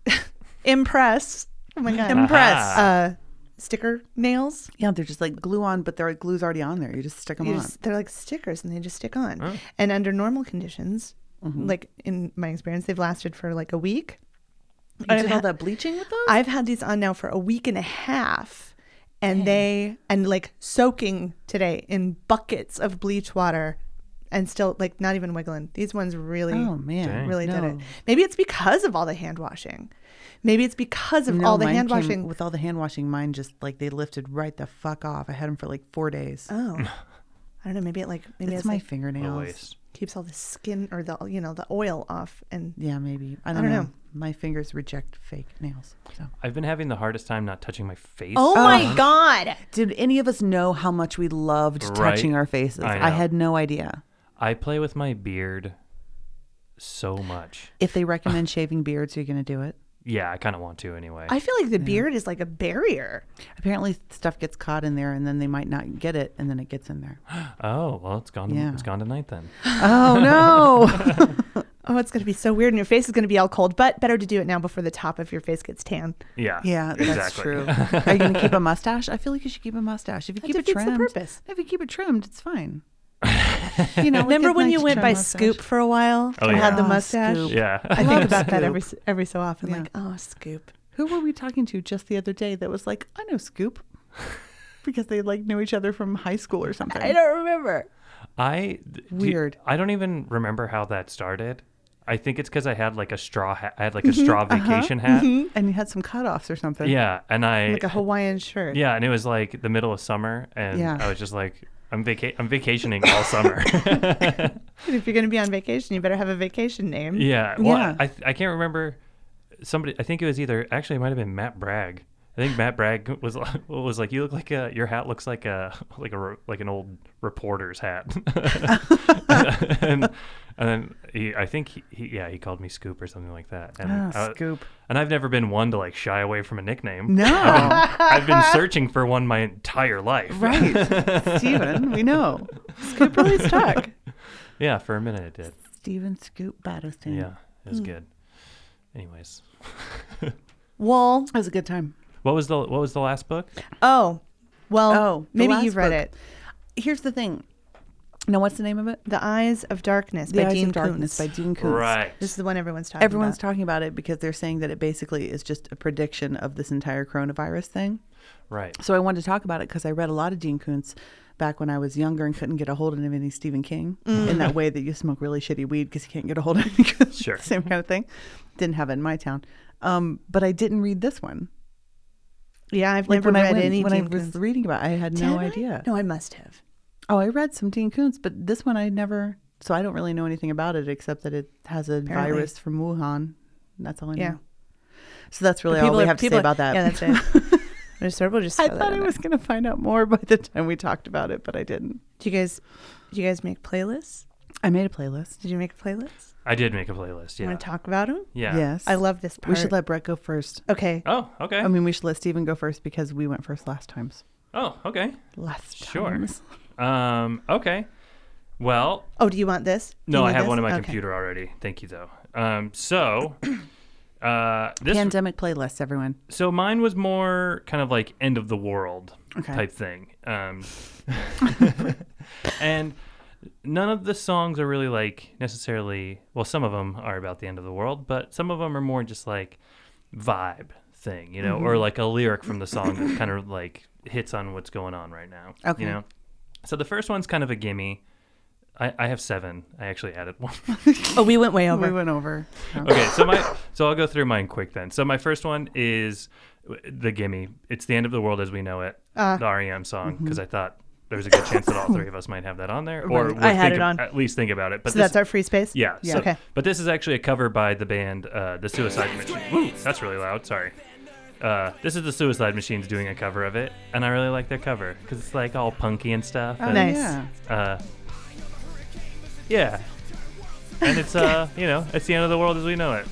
impress. Oh my god. Impress. Uh sticker nails. Yeah, they're just like glue on, but their glue's already on there. You just stick them You on. just- they're like stickers and they just stick on. And under normal conditions, Mm-hmm. like in my experience, they've lasted for like a week. You I've did all had- that bleaching with those? I've had these on now for a week and a half, and they and like soaking today in buckets of bleach water, and still like not even wiggling. These ones really, Oh, man. Dang. really did it. No. Maybe it's because of all the hand washing. Maybe it's because of No, all the mine hand came- washing. With all the hand washing, mine just like they lifted right the fuck off. I had them for like four days. oh, I don't know. Maybe it like maybe it's, it's my like, fingernails. Always. keeps all the skin or the you know the oil off and Yeah, maybe. I don't, don't know. know. My fingers reject fake nails. So. I've been having the hardest time not touching my face. Oh my god! Did any of us know how much we loved Right. touching our faces? I I know. had no idea. I play with my beard so much. If they recommend shaving beards, you're going to do it. Yeah, I kind of want to anyway. I feel like the beard is like a barrier. Apparently, stuff gets caught in there, and then they might not get it, and then it gets in there. oh well, it's gone. Yeah. It's gone tonight then. oh no! Oh, it's going to be so weird, and your face is going to be all cold. But better to do it now before the top of your face gets tan. Yeah. yeah, exactly. that's true. Are you going to keep a mustache? I feel like you should keep a mustache. If you keep it defeats the trimmed, purpose. if you keep it trimmed, it's fine. You know, like, Remember it's when nice you to went trim by mustache. Scoop for a while? Oh, and had yeah. the Oh, mustache. Scoop. Yeah. I think about that every Scoop. s- every so often. Yeah. Like, oh, Scoop. Who were we talking to just the other day that was like, I know Scoop, because they like knew each other from high school or something. I don't remember. I d- do- Weird. I don't even remember how that started. I think it's because I had like a straw. Ha- I had like a Mm-hmm, straw uh-huh, vacation hat. And you had some cutoffs or something. Yeah, and I Like a Hawaiian shirt. yeah, and it was like the middle of summer, and Yeah. I was just like, I'm vaca- I'm vacationing all summer. And If you're going to be on vacation, you better have a vacation name. yeah. Well, Yeah. I I can't remember somebody. I think it was either actually it might have been Matt Bragg. I think Matt Bragg was like- was like, you look like a your hat looks like a like a re- like an old reporter's hat. and, and then he, I think he, he yeah he called me Scoop or something like that. And Ah, I- Scoop. And I've never been one to like shy away from a nickname. No, I've been searching for one my entire life. right, Steven, we know. Scoop really stuck. Yeah, for a minute it did. Steven Scoop Battleston. Yeah, it Hmm. was good. Anyways, Well, It was a good time. what was the what was the last book? oh, well, Oh, the maybe last you've read book. it. Here's the thing. Now, what's the name of it? The Eyes of Darkness The by Eyes Dean of Darkness Koontz. by Dean Koontz. this is the one everyone's talking Everyone's about. talking about it because they're saying that it basically is just a prediction of this entire coronavirus thing. Right. So I wanted to talk about it because I read a lot of Dean Koontz back when I was younger and couldn't get a hold of any Stephen King in that way that you smoke really shitty weed because you can't get a hold of any good- Sure. same kind of thing. Didn't have it in my town. Um, but I didn't read this one. yeah, I've Like never when I read went- any when Dean I was Koontz. reading about, it, I had no Did I? idea. No, I must have. Oh, I read some Dean Koontz, but this one I never. So I don't really know anything about it except that it has a Apparently. virus from Wuhan. That's all I know. Yeah. So that's really all People we are- have to say people are- about that. Yeah, that's it. I just, we'll just I throw that thought in I there. was going to find out more by the time we talked about it, but I didn't. Do you guys, do you guys make playlists? I made a playlist. Did you make playlists? I did make a playlist. Yeah. Want to talk about them? yeah. Yes. I love this part. We should let Brett go first. Okay. Oh, okay. Um, I mean, we should let Steven go first because we went first last times. oh, okay. Last Sure. times. Um, okay. Well, Oh, do you want this? Do you no, I need have this? one on my Okay. computer already. Thank you though. Um, so uh this Pandemic playlists, everyone. so mine was more kind of like end of the world Okay. type thing. Um, and none of the songs are really like necessarily, well, some of them are about the end of the world, but some of them are more just like vibe thing, you know, Mm-hmm. or like a lyric from the song that kind of like hits on what's going on right now. Okay. You know? So the first one's kind of a gimme. I, I have seven. I actually added one. Oh, we went way over. We went over. Oh. Okay, so my so I'll go through mine quick then. So my first one is the gimme. It's the end of the world as we know it, Ah. the REM song, Mm-hmm. because I thought there was a good chance that all three of us might have that on there, or Right. would I had think it on. ab- at least think about it. But so this, that's our free space. yeah, so- Okay. But this is actually a cover by the band uh, The Suicide Machine. Woo, that's really loud. Sorry. uh, this is the Suicide Machines doing a cover of it, and I really like their cover because it's like all punky and stuff. Oh, and, Nice. Yeah. Uh, yeah. And it's uh, you know, it's the end of the world as we know it.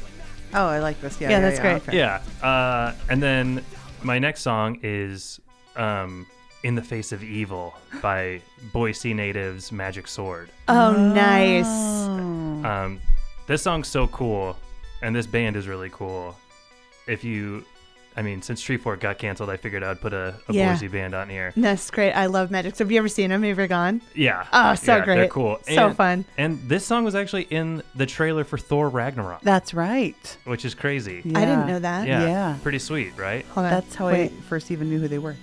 Oh, I like this. Yeah, Yeah, that's great. okay. Yeah. Uh, and then my next song is um, "In the Face of Evil" by Boise natives Magic Sword. Oh, nice. Oh. Um, this song's so cool, and this band is really cool. If you, I mean, since Tree Fort got canceled, I figured I'd put a, a Yeah. Boise band on here. That's great. I love Magic. So have you ever seen them? Have you ever gone? Yeah. Oh, so Yeah, They're great. cool. So And- fun. And this song was actually in the trailer for Thor Ragnarok, That's right. which is crazy. I didn't Yeah. know that. Yeah. yeah. Pretty sweet, right? Hold on. That's how Wait. I first even knew who they were.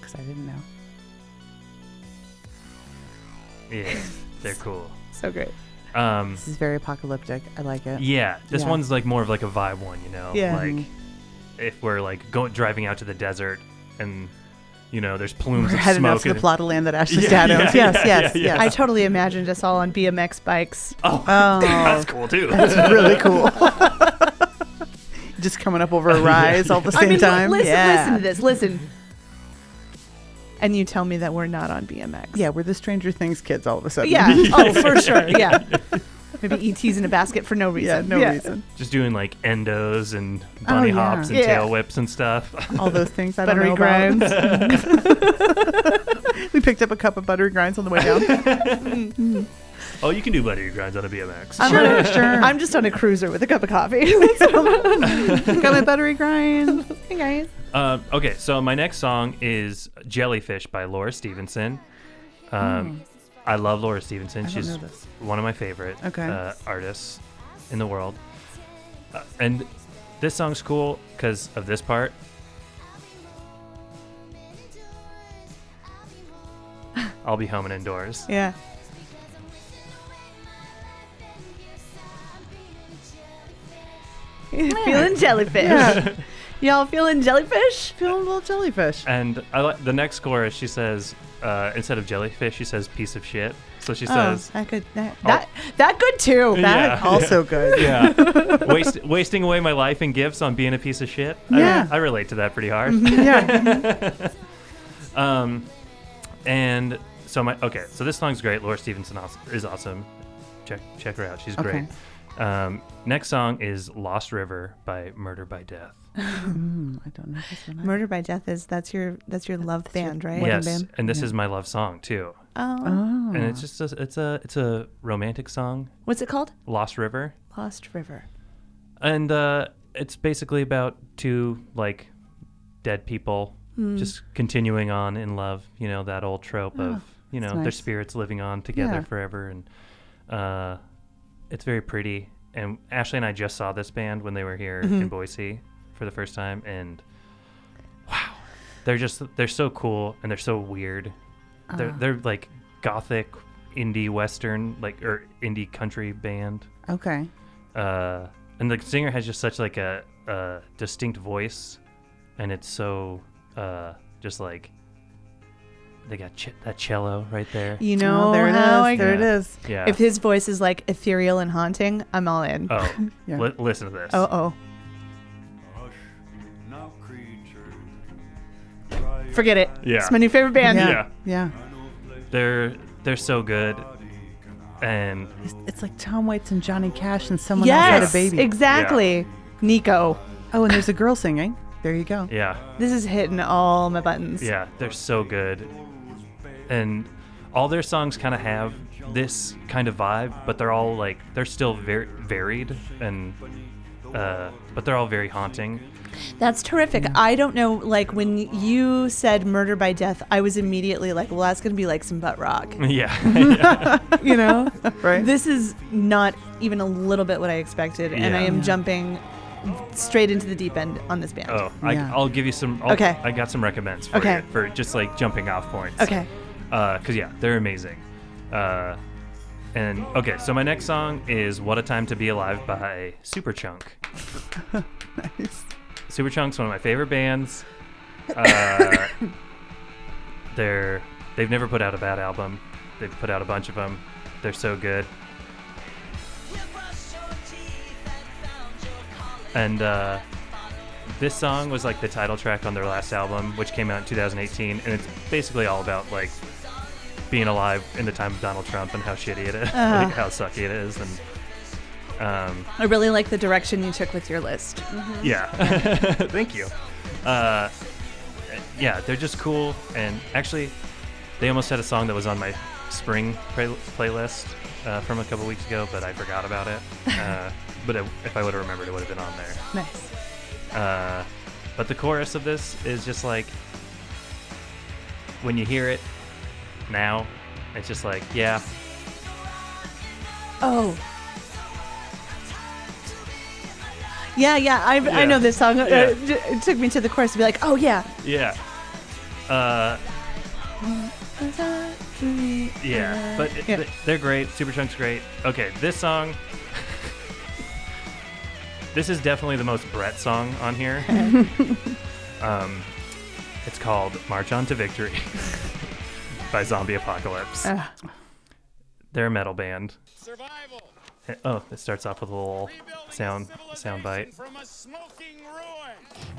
Because I didn't know. Yeah. They're cool. So great. Um, This is very apocalyptic. I like it. yeah. This Yeah. one's like more of like a vibe one, you know? Yeah. Like if we're like go- driving out to the desert and, you know, there's plumes We're of heading smoke. out to the and- plot of land that Ashley Yeah, Sat owns. yeah, yes, yeah, yes, yeah, yes. I totally imagined us all on BMX bikes. Oh, that's cool too. It's really cool. Just coming up over a rise all at the I same mean, time. listen, yeah. listen to this. Listen. And you tell me that we're not on BMX. Yeah, we're the Stranger Things kids all of a sudden. Yeah. Oh, for sure. Yeah. Maybe ET's in a basket for no yeah, reason. no reason. Just doing like endos and bunny Oh, yeah. hops and Yeah. tail whips and stuff. All those things I don't Buttery know about. grinds. We picked up a cup of buttery grinds on the way down. oh, you can do buttery grinds on a BMX. I'm, Sure, on a- sure. I'm just on a cruiser with a cup of coffee. Got my buttery grind. hey guys. Um, okay, so my next song is Jellyfish by Laura Stevenson. Um, I love Laura Stevenson. don't She's know this. one of my favorite Okay. uh, artists in the world. Uh, and this song's cool because of this part. I'll be home and indoors. Yeah. feeling jellyfish. Y'all feeling jellyfish? Feeling a little jellyfish. And I like the next chorus. She says uh, instead of jellyfish, she says piece of shit. So Oh. she says, Oh, Oh. that good. That, that that good too. Yeah. That also good. yeah, Waste, wasting away my life and gifts on being a piece of shit. I- Yeah. Mm-hmm. I, relate to that pretty hard. Yeah. Mm-hmm. Um, and so my okay, so this song's great. Laura Stevenson awes- is awesome. Check check her out. She's Okay. great. Um, next song is "Lost River" by Murder by Death. Mm, I don't know this one. Murder by Death is that's your that's your love band, right? yes, band? and this is my love song too. Oh, Oh. And it's just a, it's a it's a romantic song, what's it called? "Lost River," Lost River. and uh, it's basically about two like dead people Hmm. just continuing on in love. You know that old trope of you Oh, know that's their nice. spirits living on together Yeah. forever, and uh, it's very pretty. And Ashley and I just saw this band when they were here Mm-hmm. in Boise for the first time, and wow, they're just they're so cool and they're so weird. They're Ah. they're like gothic indie western like or indie country band okay. uh, and the singer has just such like a, a distinct voice, and it's so uh, just like they got ch- that cello right there. You Oh, know there it how is. I- there Yeah. it is. Yeah. If his voice is like ethereal and haunting, I'm all in. oh, Yeah. li- listen to this. oh, oh. Hush, now creature. Dry your Forget it. Yeah. It's my new favorite band. Yeah. Yeah. They're they're so good, and It's, it's like Tom Waits and Johnny Cash and someone Yes, else had a baby. exactly. Nico, oh, and there's a girl singing. There you go. yeah, this is hitting all my buttons. yeah, they're so good, and all their songs kind of have this kind of vibe, but they're all like they're still very varied and. Uh, but they're all very haunting. That's terrific. I don't know, like when you said murder by death, I was immediately like, well, that's gonna be like some butt rock, Mm. yeah. you know? Right. this is not even a little bit what I expected, and I Yeah. am Yeah. jumping straight into the deep end on this band. Oh, I, Yeah. I'll give you some. I'll, Okay. I got some recommends for Okay. you for just like jumping off points. Okay. Because Uh, yeah, they're amazing. Uh, and okay, so my next song is "What a Time to Be Alive" by Superchunk. Nice. Superchunk's one of my favorite bands. Uh, they're they've never put out a bad album. They've put out a bunch of them. They're so good. And uh, this song was like the title track on their last album, which came out in 2018, and it's basically all about like being alive in the time of Donald Trump and how shitty it is, like how sucky it is, and um, I really like the direction you took with your list. yeah, thank you. Uh, yeah, they're just cool, and actually, they almost had a song that was on my spring play- playlist uh, from a couple weeks ago, but I forgot about it. Uh, but if if I would have remembered, it would have been on there. Nice. Uh, but the chorus of this is just like when you hear it now, it's just like, yeah, Oh, Yeah, yeah. I Yeah. I know this song. Yeah. Uh, d- it took me to the chorus to be like, oh yeah. yeah. Uh, yeah, but it- Yeah. th- they're great. Superchunk's great. Okay, this song. this is definitely the most Brett song on here. um, it's called "March On to Victory" by Zombie Apocalypse. They're a metal band. Survival. Eh, Oh, it starts off with a little sound sound bite. From a smoking ruin.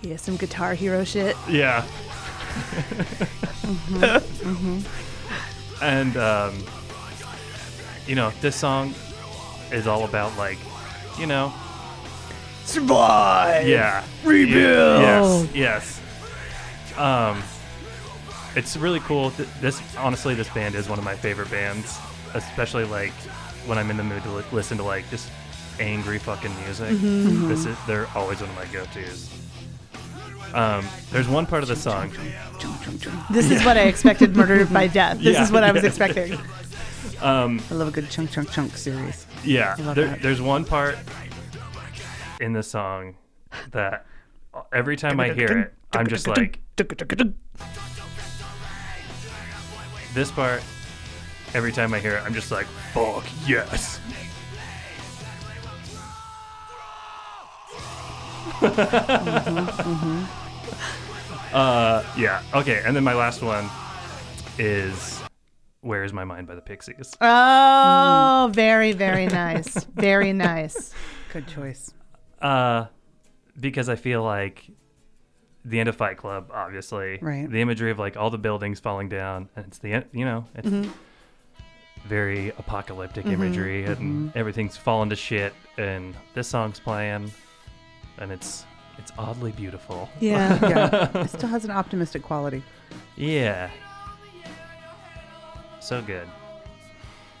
yeah, some Guitar Hero shit. Yeah. And um, you know, this song is all about like, you know, survive. Yeah. Rebuild. Yes. Yes. Um, it's really cool. Th- This honestly, this band is one of my favorite bands, especially like when I'm in the mood to li- listen to like just angry fucking music. This is they're always one of my go-tos. Um, there's one part of the song. This is what I expected. Murdered by Death. This Yeah. is what I was expecting. I love a good chunk, chunk, chunk series. Yeah, love there, that. there's one part in the song that every time I hear it, I'm just like, this part. Every time I hear it, I'm just like, fuck yes. Mm-hmm, uh, yeah. Okay, and then my last one is "Where Is My Mind" by the Pixies. Oh, very, very nice. Very nice. Good choice. Uh, because I feel like the end of Fight Club, obviously, Right. The imagery of like all the buildings falling down, and it's the end, you know, it's very apocalyptic imagery, and everything's falling to shit, and this song's playing, and it's it's oddly beautiful. Yeah. Yeah, it still has an optimistic quality. Yeah, so good.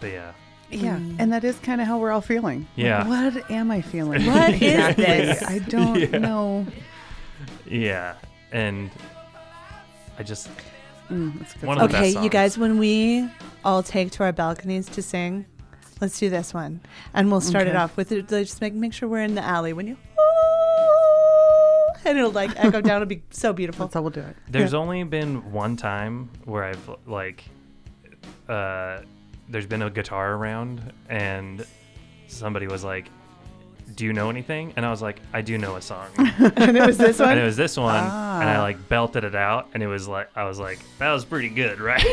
But yeah, Yeah, Mm. and that is kind of how we're all feeling. Like, Yeah. what am I feeling? What is exactly? this? I don't Yeah. know. yeah, and I just Mm, that's good. One of the Okay, best you songs. guys, when we all take to our balconies to sing, let's do this one. And we'll start it Okay. off with it. like, Just make, make sure we're in the alley when you. And it'll like echo down. It'll be so beautiful. That's how we'll do it. There's only been one time where I've like, uh, there's been a guitar around and somebody was like, "Do you know anything?" And I was like, "I do know a song," and And it was this it one. was this one, and Ah. I like belted it out, and it was like, I was like, "That was pretty good, right?"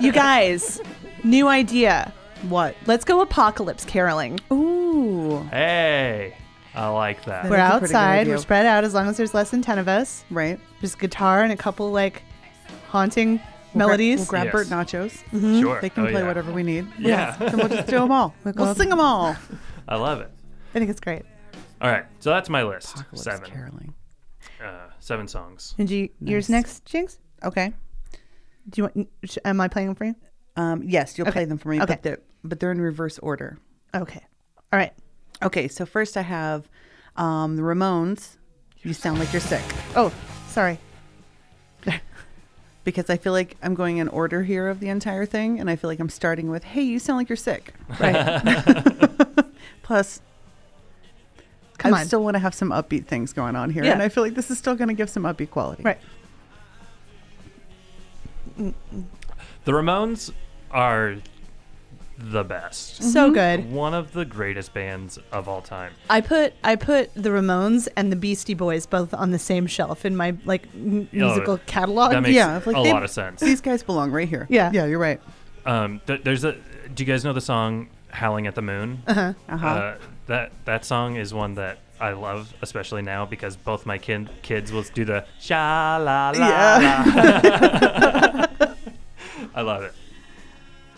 You guys, new idea. What? Let's go apocalypse caroling. Ooh, hey, I like that. We're That's a pretty good outside. idea. We're spread out as long as there's less than 10 of us. right. Just guitar and a couple like haunting We'll gra- melodies. Mm-hmm. We'll grab Yes. Bert nachos. Sure, They can Oh, play yeah. whatever we need. Yeah. Then we'll just do them all. We'll sing them all. I love it. I think it's great. All right, so that's my list. Seven, Caroling. uh, seven songs. And you, yours next, Jinx? Okay. Do you want? sh- Am I playing them for you? Um, yes, you'll play them for me, Okay. but, they're, but they're in reverse order. Okay. All right. Okay, so first I have um, the Ramones. You sound like you're sick. Oh, sorry. because I feel like I'm going in order here of the entire thing, and I feel like I'm starting with, "Hey, you sound like you're sick." Right. Plus, Come I on. still want to have some upbeat things going on here, Yeah. and I feel like this is still going to give some upbeat quality. Right. The Ramones are the best. So good. One of the greatest bands of all time. I put I put the Ramones and the Beastie Boys both on the same shelf in my like m- musical catalog. Oh, That makes Uh, yeah, like a they- lot of sense. These guys belong right here. Yeah. Yeah, you're right. Um, th- there's a. Do you guys know the song "Howling at the Moon"? Uh-huh. Uh huh. that that song is one that I love, especially now because both my kin- kids will do the sha la la. Yeah. la. I love it.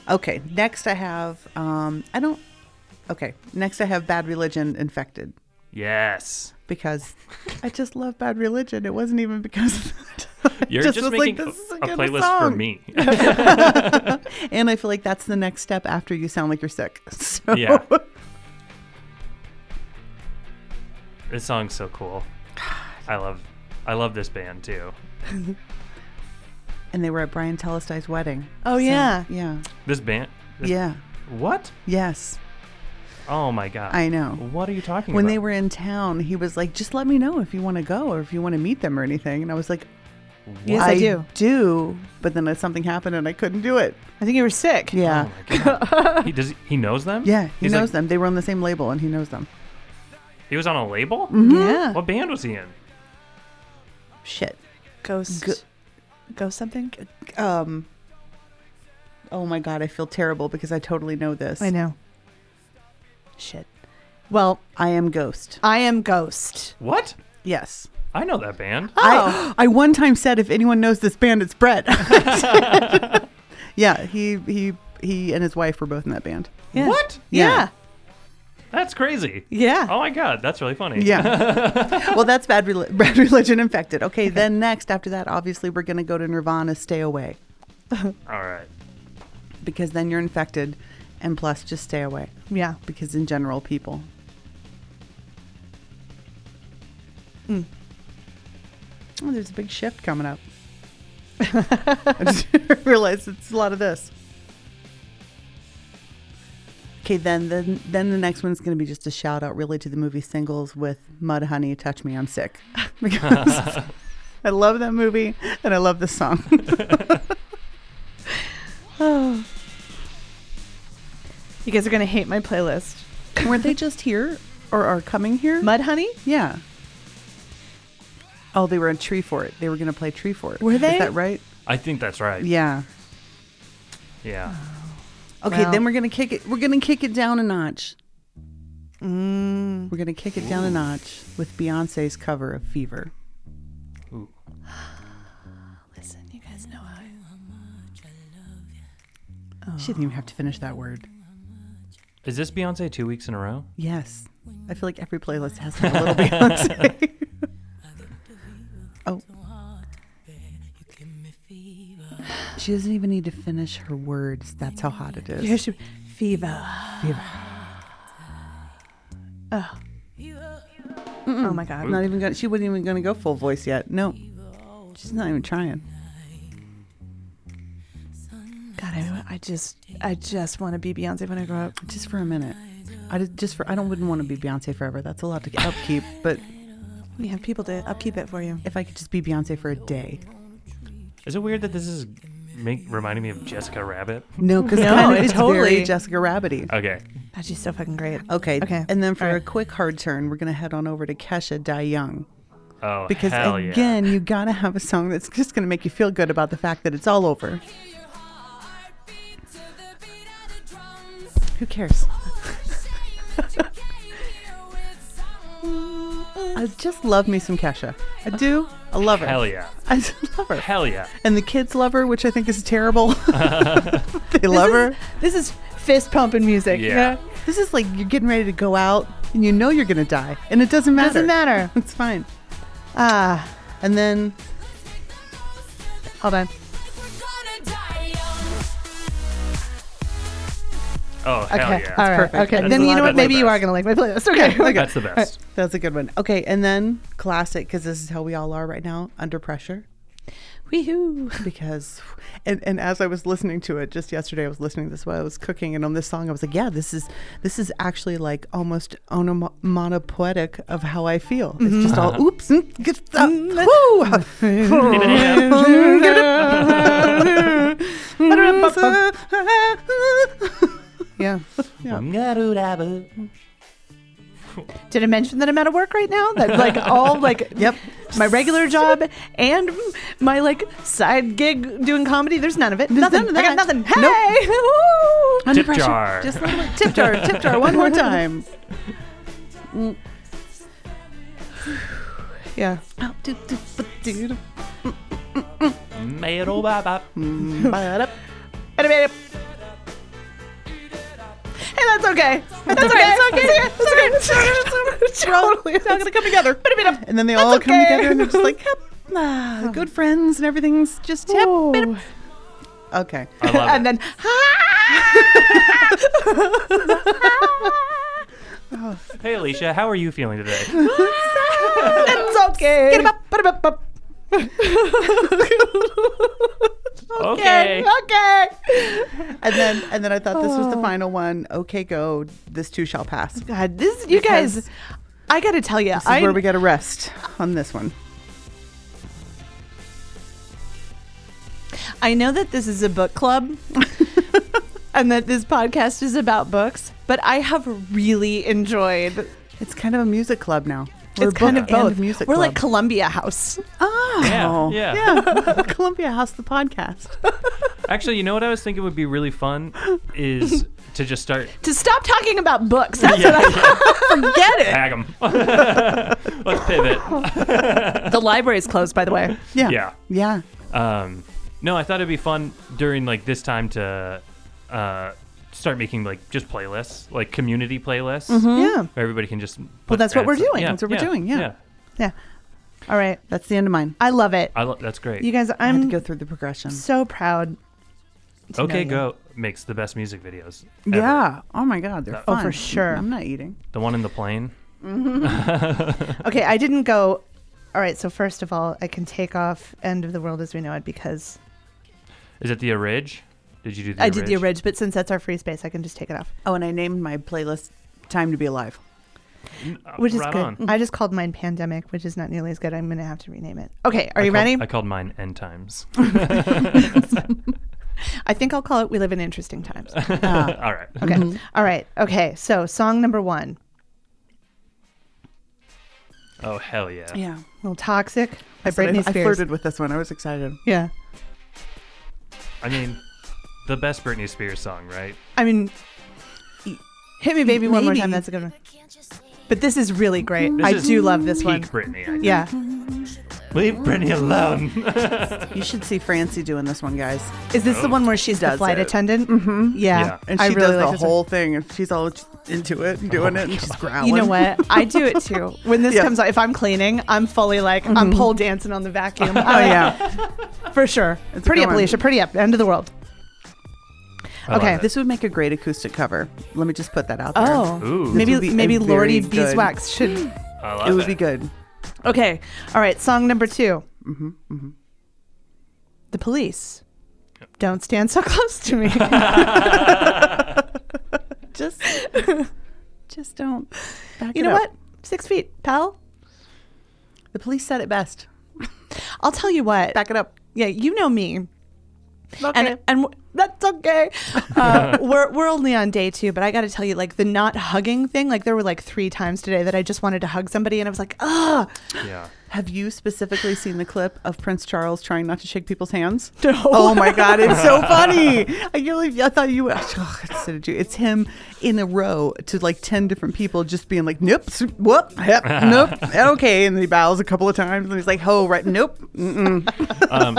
Okay, next I have um I don't Okay, next I have Bad Religion Infected Yes. because I just love Bad Religion. It wasn't even because of that. I You're just, was making "This is a, good playlist for song." me. And I feel like that's the next step after you sound like you're sick. So Yeah. this song's so cool. I love, I love this band too. and they were at Brian Telestai's wedding. Oh, So, yeah. Yeah. This band. this- Yeah. What? Yes. Oh my god. I know. What are you talking When about? they were in town, he was like, just let me know if you want to go or if you want to meet them or anything. And I was like, Yes, I, do. do. But then something happened and I couldn't do it. I think you were sick. Yeah. Oh my God. he does. He knows them. Yeah, he He's like- knows them. They were on the same label, and he knows them. He was on a label. Yeah. What band was he in? Shit. Ghost. Ghost something? Um. Oh my god, I feel terrible because I totally know this. I know. Shit. Well, I am Ghost. I am Ghost. What? Yes. I know that Oh, band. I I one time said if anyone knows this band, it's Brett. yeah, he he he and his wife were both in that band. Yeah. What? Yeah. That's crazy. Yeah. Oh my god, that's really funny. Yeah. well, that's bad, reli- bad religion infected. Okay, then next after that, obviously we're gonna go to Nirvana. Stay away All right. because then you're infected, and plus just stay away Yeah. because in general people Mm. Oh, there's a big shift coming up. I just realized it's a lot of this. Okay, then then then the next one's going to be just a shout out really to the movie singles with Mud Honey, Touch Me, I'm Sick. Because I love that movie and I love this song. You guys are going to hate my playlist. Weren't they just here or are coming here? Mud Honey? Yeah. Oh, they were in Tree Fort. They were going to play Tree Fort. Were they? Is that right? I think that's right. Yeah. Yeah. Okay, Well- then we're gonna kick it. We're gonna kick it down a notch. Mm. We're gonna kick it down a notch with Beyonce's cover of Fever. Listen, you guys know I. She didn't even have to finish that word. Is this Beyonce two weeks in a row? Yes, I feel like every playlist has to have a little Beyonce. oh, she doesn't even need to finish her words. That's how hot it is. Here she. Fever. Oh my God. Not even gonna. She wasn't even gonna go full voice yet. No, she's not even trying. God, I, I just, I just want to be Beyonce when I grow up. Just for a minute. I just, just for I don't wouldn't want to be Beyonce forever. That's a lot to upkeep, but. Yeah, people to upkeep it for you. if I could just be Beyonce for a day. Is it weird that this is make, reminding me of Jessica Rabbit? No, because No, kind of it it's totally- very Jessica Rabbity. Okay. God, she's so fucking great. Okay. Okay. And then for All a right. quick hard turn, we're gonna head on over to Kesha Die Young Oh, because hell yeah. again, you gotta have a song that's just gonna make you feel good about the fact that it's all over. Who cares? I just love me some Kesha. I do. I love her. Hell yeah. I just love her. Hell yeah. and the kids love her, which I think is terrible. they love her. This is fist pumping music. Yeah. you know? This is like you're getting ready to go out and you know you're gonna die, and it doesn't matter. Doesn't matter. It's fine. Ah, And then hold on. Oh, Okay. hell yeah. All right. perfect. Okay. That's then the you know what? best. Maybe That's you the are best. gonna like my playlist. Okay. okay. That's the best. that was a good one. Okay, and then classic because this is how we all are right now, under pressure. Wee-hoo. Because, and, and as I was listening to it just yesterday, I was listening to this while I was cooking, and on this song, I was like, yeah, this is this is actually like almost onomatopoetic of how I feel. It's just all oops, mm, get up, Mm-hmm. woo. Get up. Yeah. Yeah. Did I mention that I'm out of work right now? That like all like Yep. my regular job and my like side gig doing comedy. There's none of it. nothing. none of I got that. nothing. Hey. Nope. Woo! Under Tip pressure. jar. Just a little tip jar, tip jar, one more time. Mm. Yeah. Metal bop bop. Anyway. Hey, that's okay. That's okay. It's okay. It's okay. It's okay. Totally. It's all gonna come together. And then they all come okay. together and they're just like, yep, ah, good friends and everything's just yep. Ooh. Okay. I love And it. then Hey, Alicia, how are you feeling today? it's okay. Get him up. Put him up. up. okay. Okay. And then and then I thought this was Oh. the final one. Okay, go. This too shall pass. This God, this you guys. I gotta tell you, is I where we got to rest on this one. I know that this is a book club and that this podcast is about books, but I have really enjoyed. It's kind of a music club now. it's kind of book and both. music We're like club. Columbia House. oh Yeah, yeah. Columbia House the podcast. Actually, you know what I was thinking would be really fun is to just start To stop talking about books. That's what tag them. Let's pivot. I, the library's closed, by the way. Yeah. Yeah. Yeah. Um, no, I thought it'd be fun during like this time to uh, start making like just playlists, like community playlists, Mm-hmm. Yeah. where everybody can just. Put that's what ads we're up. doing. That's what we're doing, yeah. Yeah. All right. That's the end of mine. I love it. I lo- that's great. You guys, I had to I'm go through the progression. so proud. to know okay, you. go makes the best music videos. ever. Yeah. Oh my God, they're Oh, fun. for sure. I'm not eating. the one in the plane. Okay, I didn't go. All right, so first of all, I can take off End of the World as We Know It because Is it the Arridge? Did you do? The I did the Ridge, but since that's our free space, I can just take it off, Oh, and I named my playlist "Time to Be Alive." Uh, which is right good. on. I just called mine Pandemic, which is not nearly as good. I'm going to have to rename it. Okay, are I you called- ready? I called mine End Times. I think I'll call it We Live in Interesting Times. All right. Okay. Mm-hmm. All right. Okay. So, song number one, Oh hell yeah. Yeah. a little toxic by So I- Britney I, Spears. flirted with this one. I was excited. yeah. I mean, the best Britney Spears song, right? I mean, hit me, baby, one more Maybe. time. That's a good one. But this is really great. This I is do love this Peak one. Britney. I think. Yeah. Leave Britney alone. You should see Francie doing this one, guys. Is this the one where she's the Does flight it. attendant? Mm-hmm. Yeah. Oh. Yeah. And she I really does like the this one. whole thing, and she's all into it and doing it, and she's growling. You know what? I do it too. When this Yeah. Mm-hmm. comes out, if I'm cleaning, I'm fully like I'm pole dancing on the vacuum. Oh yeah. for sure. It's a pretty good up, one. Alicia. Pretty up. End of the world. I love Okay, it. this would make a great acoustic cover. Let me just put that out there. Oh, Ooh. maybe This would be a maybe very Lordy good- Beeswax should. I love It would be good. Okay. All right. Song number 2 Mm-hmm, The police. Don't stand so close to me. Just, just don't. back you it know up. what? Six feet, pal. The police said it best. I'll tell you what. Back it up. Yeah, you know me. Okay. and and w- that's okay. Uh, we're we're only on day two, but I got to tell you, like the not hugging thing. Like there were like three times today that I just wanted to hug somebody, and I was like, ah, Yeah. Have you specifically seen the clip of Prince Charles trying not to shake people's hands? no. Oh my God, it's so funny. I can't believe I thought you. Oh, I said it to you. It's him in a row to like 10 different people just being like, nope, s- whoop, yep, nope, and okay. And then he bows a couple of times and he's like, ho, right, nope. Mm-mm. Um,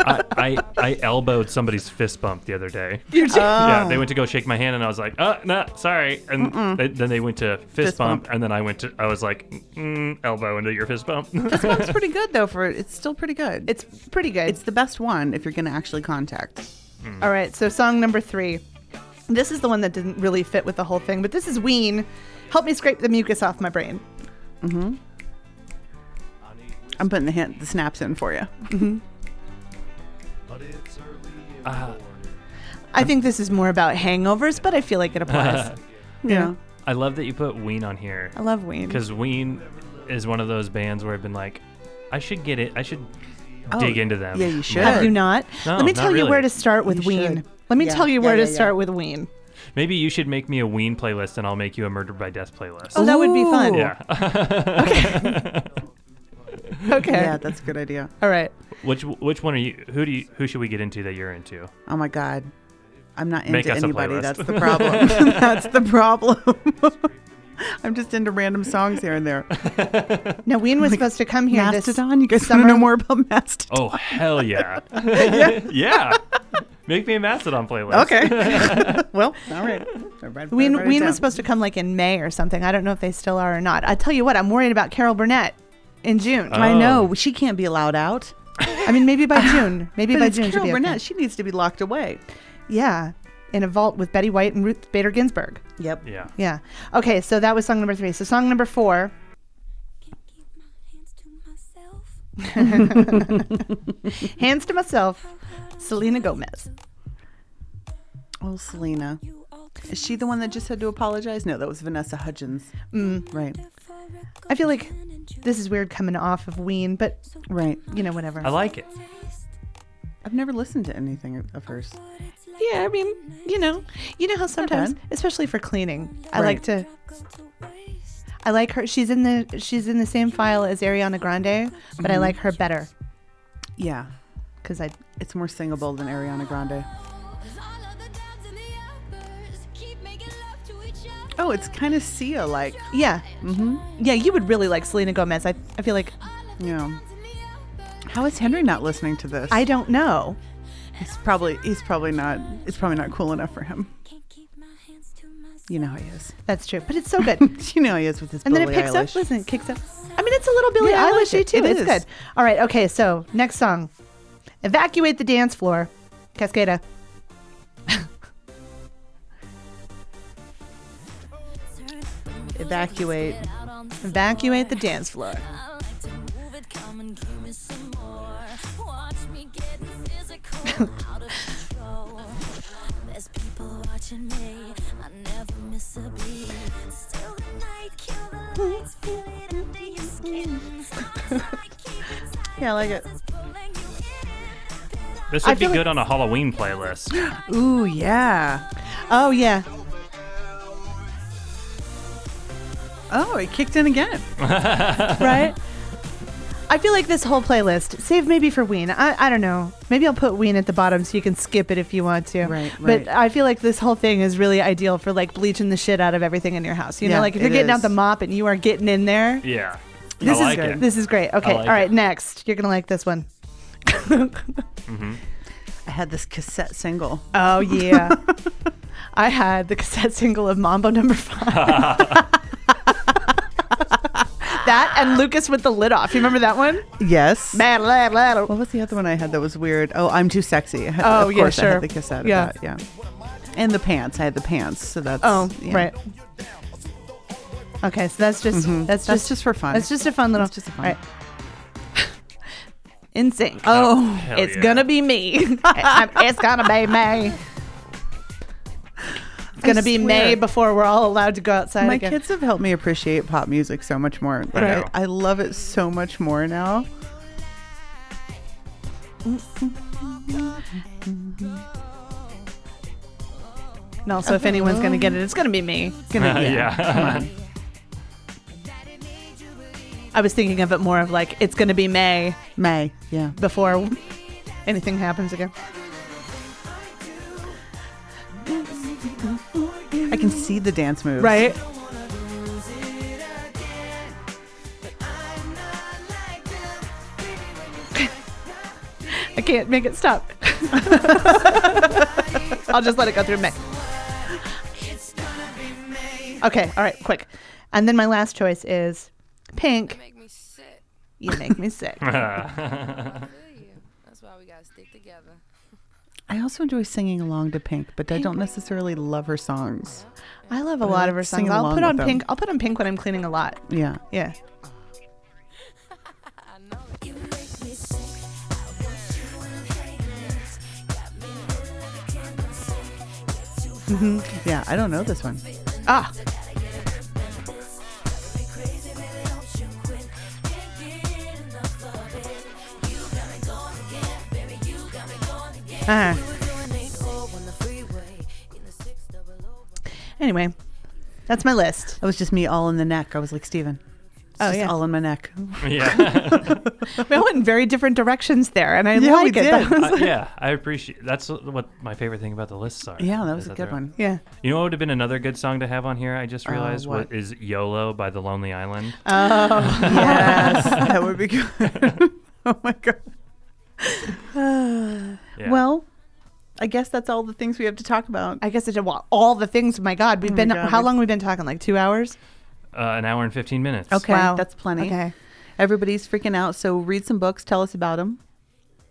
I, I I elbowed somebody's fist bump the other day. Yeah, they went to go shake my hand, and I was like, "Uh, no, sorry." And they, then they went to fist, Fist bump, bump. and then I went to, I was like, mm, "Elbow into your fist bump." It's pretty good though, for it's still pretty good. It's, It's pretty good. it's the best one if you're going to actually contact. All right, so song number three. This is the one that didn't really fit with the whole thing, but this is Ween. Help me scrape the mucus off my brain. I'm putting the, hand, the snaps in for you. I think this is more about hangovers, but I feel like it applies. Yeah. Uh, I love that you put Ween on here I love Ween. because Ween is one of those bands where I've been like, I should get it. I should Oh, dig into them. yeah, you should. Have you not? No, Let me not tell you where really. to start with You Ween. should. Let me Yeah, tell you yeah, where yeah, to yeah. start with Ween. Maybe you should make me a Ween playlist, and I'll make you a Murder by Death playlist. Oh, that would be fun. Ooh. Yeah. Okay. Yeah, that's a good idea. All right. which which one are you? Who do you? Who should we get into that you're into? Oh my God. I'm not into Make us a anybody. playlist. That's the problem. That's the problem. I'm just into random songs here and there. Now, Ween was supposed to come here this Mastodon, you guys want summer. to know more about Mastodon? Oh hell yeah, yeah. Make me a Mastodon playlist. Okay. well, all right. I write- Ween, write it Ween down. was supposed to come like in May or something. I don't know if they still are or not. I tell you what, I'm worried about Carol Burnett in June. Oh. I know she can't be allowed out. I mean, maybe by June. Maybe But by it's June. she'll Carol be okay. Burnett. She needs to be locked away. Yeah, in a vault with Betty White and Ruth Bader Ginsburg. Yep. Yeah. Yeah. Okay, so that was song number three. So song number four. Can't keep my hands to myself. Hands to Myself, Selena Gomez. Oh, Selena. You all to Is she the one that just had to apologize? No, that was Vanessa Hudgens. Right. I feel like this is weird coming off of Ween, but Right. you know, whatever. I like it. I've never listened to anything of- of hers. yeah, I mean, you know, you know how sometimes, bad. especially for cleaning, I Right. like to. I like her. She's in the she's in the same file as Ariana Grande, but Mm-hmm. I like her better Yeah. because I It's more singable than Ariana Grande. Oh, it's kind of Sia like. yeah mm-hmm. yeah you would really like Selena Gomez. I I feel like Yeah. How is Henry not listening to this? I don't know. He's probably he's probably not it's probably not cool enough for him. You know how he is. That's true, but it's so good. and you know how he is with his. then it Billie picks Eilish. up. Listen, it kicks up. I mean, it's a little Billie Yeah, I like Eilishy it. too. It it's is. good. All right. Okay. So next song, evacuate the dance floor, Cascada. Evacuate. Evacuate the dance floor. There's people watching me. I never miss a beat. Still the night, kill the lights, feel it under your skin. Yeah, I like it. This I would be feel good like- on a Halloween playlist. Ooh yeah. Oh yeah. Oh, it kicked in again. right? I feel like this whole playlist, save maybe for Ween. I, I don't know. Maybe I'll put Ween at the bottom so you can skip it if you want to. Right, right. But I feel like this whole thing is really ideal for like bleaching the shit out of everything in your house. You Yeah, know, like if you're it getting is. out the mop and you are getting in there. Yeah. This I is like it. this is great. Okay, like all right, it. next. You're gonna like this one. I had this cassette single. Oh yeah. I had the cassette single of Mambo number five. that and Lucas with the lid off. You remember that one? Yes. Bad, bad, bad. What was the other one I had that was weird? Oh, I'm too sexy. I had- Oh, of yeah, course I sure. had the cassette. of Yeah. that, yeah. And the pants. I had the pants. So that's Oh, yeah. right. Okay, so that's just that's just Mm-hmm. That's just for fun. that's just a fun little. That's just a fun- Right. In sync. Oh, hell it's yeah. gonna be me. I'm- it's gonna be May. It's gonna be May swear. before we're all allowed to go outside My again. kids have helped me appreciate pop music so much more. Like, Right. I, I love it so much more now. and also, if anyone's gonna get it, it's gonna be me. It's gonna yeah. I was thinking of it more of like it's gonna be May May. Yeah. before anything happens again. I can see the dance moves. Right? I can't make it stop. I'll just let it go through May. Okay, all right, quick. And then my last choice is Pink. make me sick. You make me sick. Feel you. That's why we gotta stick together. I also enjoy singing along to Pink, but I don't necessarily love her songs. I love a lot of her Sing songs. I'll along put with on them. Pink. I'll put on Pink when I'm cleaning a lot. Yeah. Yeah. Yeah. I don't know this one. Ah. Uh-huh. Ah. Anyway, that's my list. That was just me all in the neck. I was like, Steven, It's just all in my neck. yeah, we all went in very different directions there, and I Yeah, we like it. did. That was- I- yeah. I appreciate. That's what my favorite thing about the lists are. Yeah, that was is a good they're- one. yeah. You know what would have been another good song to have on here? I just realized Uh, what? Uh, what is YOLO by The Lonely Island. Oh, Yes, that would be good. oh my god. Yeah. Well, I guess that's all the things we have to talk about. I guess I did wa- all the things. My God, we've Oh my been God, how we- long? We've been talking like two hours. uh, an hour and 15 minutes. Okay, Wow. that's plenty. Okay. Everybody's freaking out, so read some books. Tell us about them.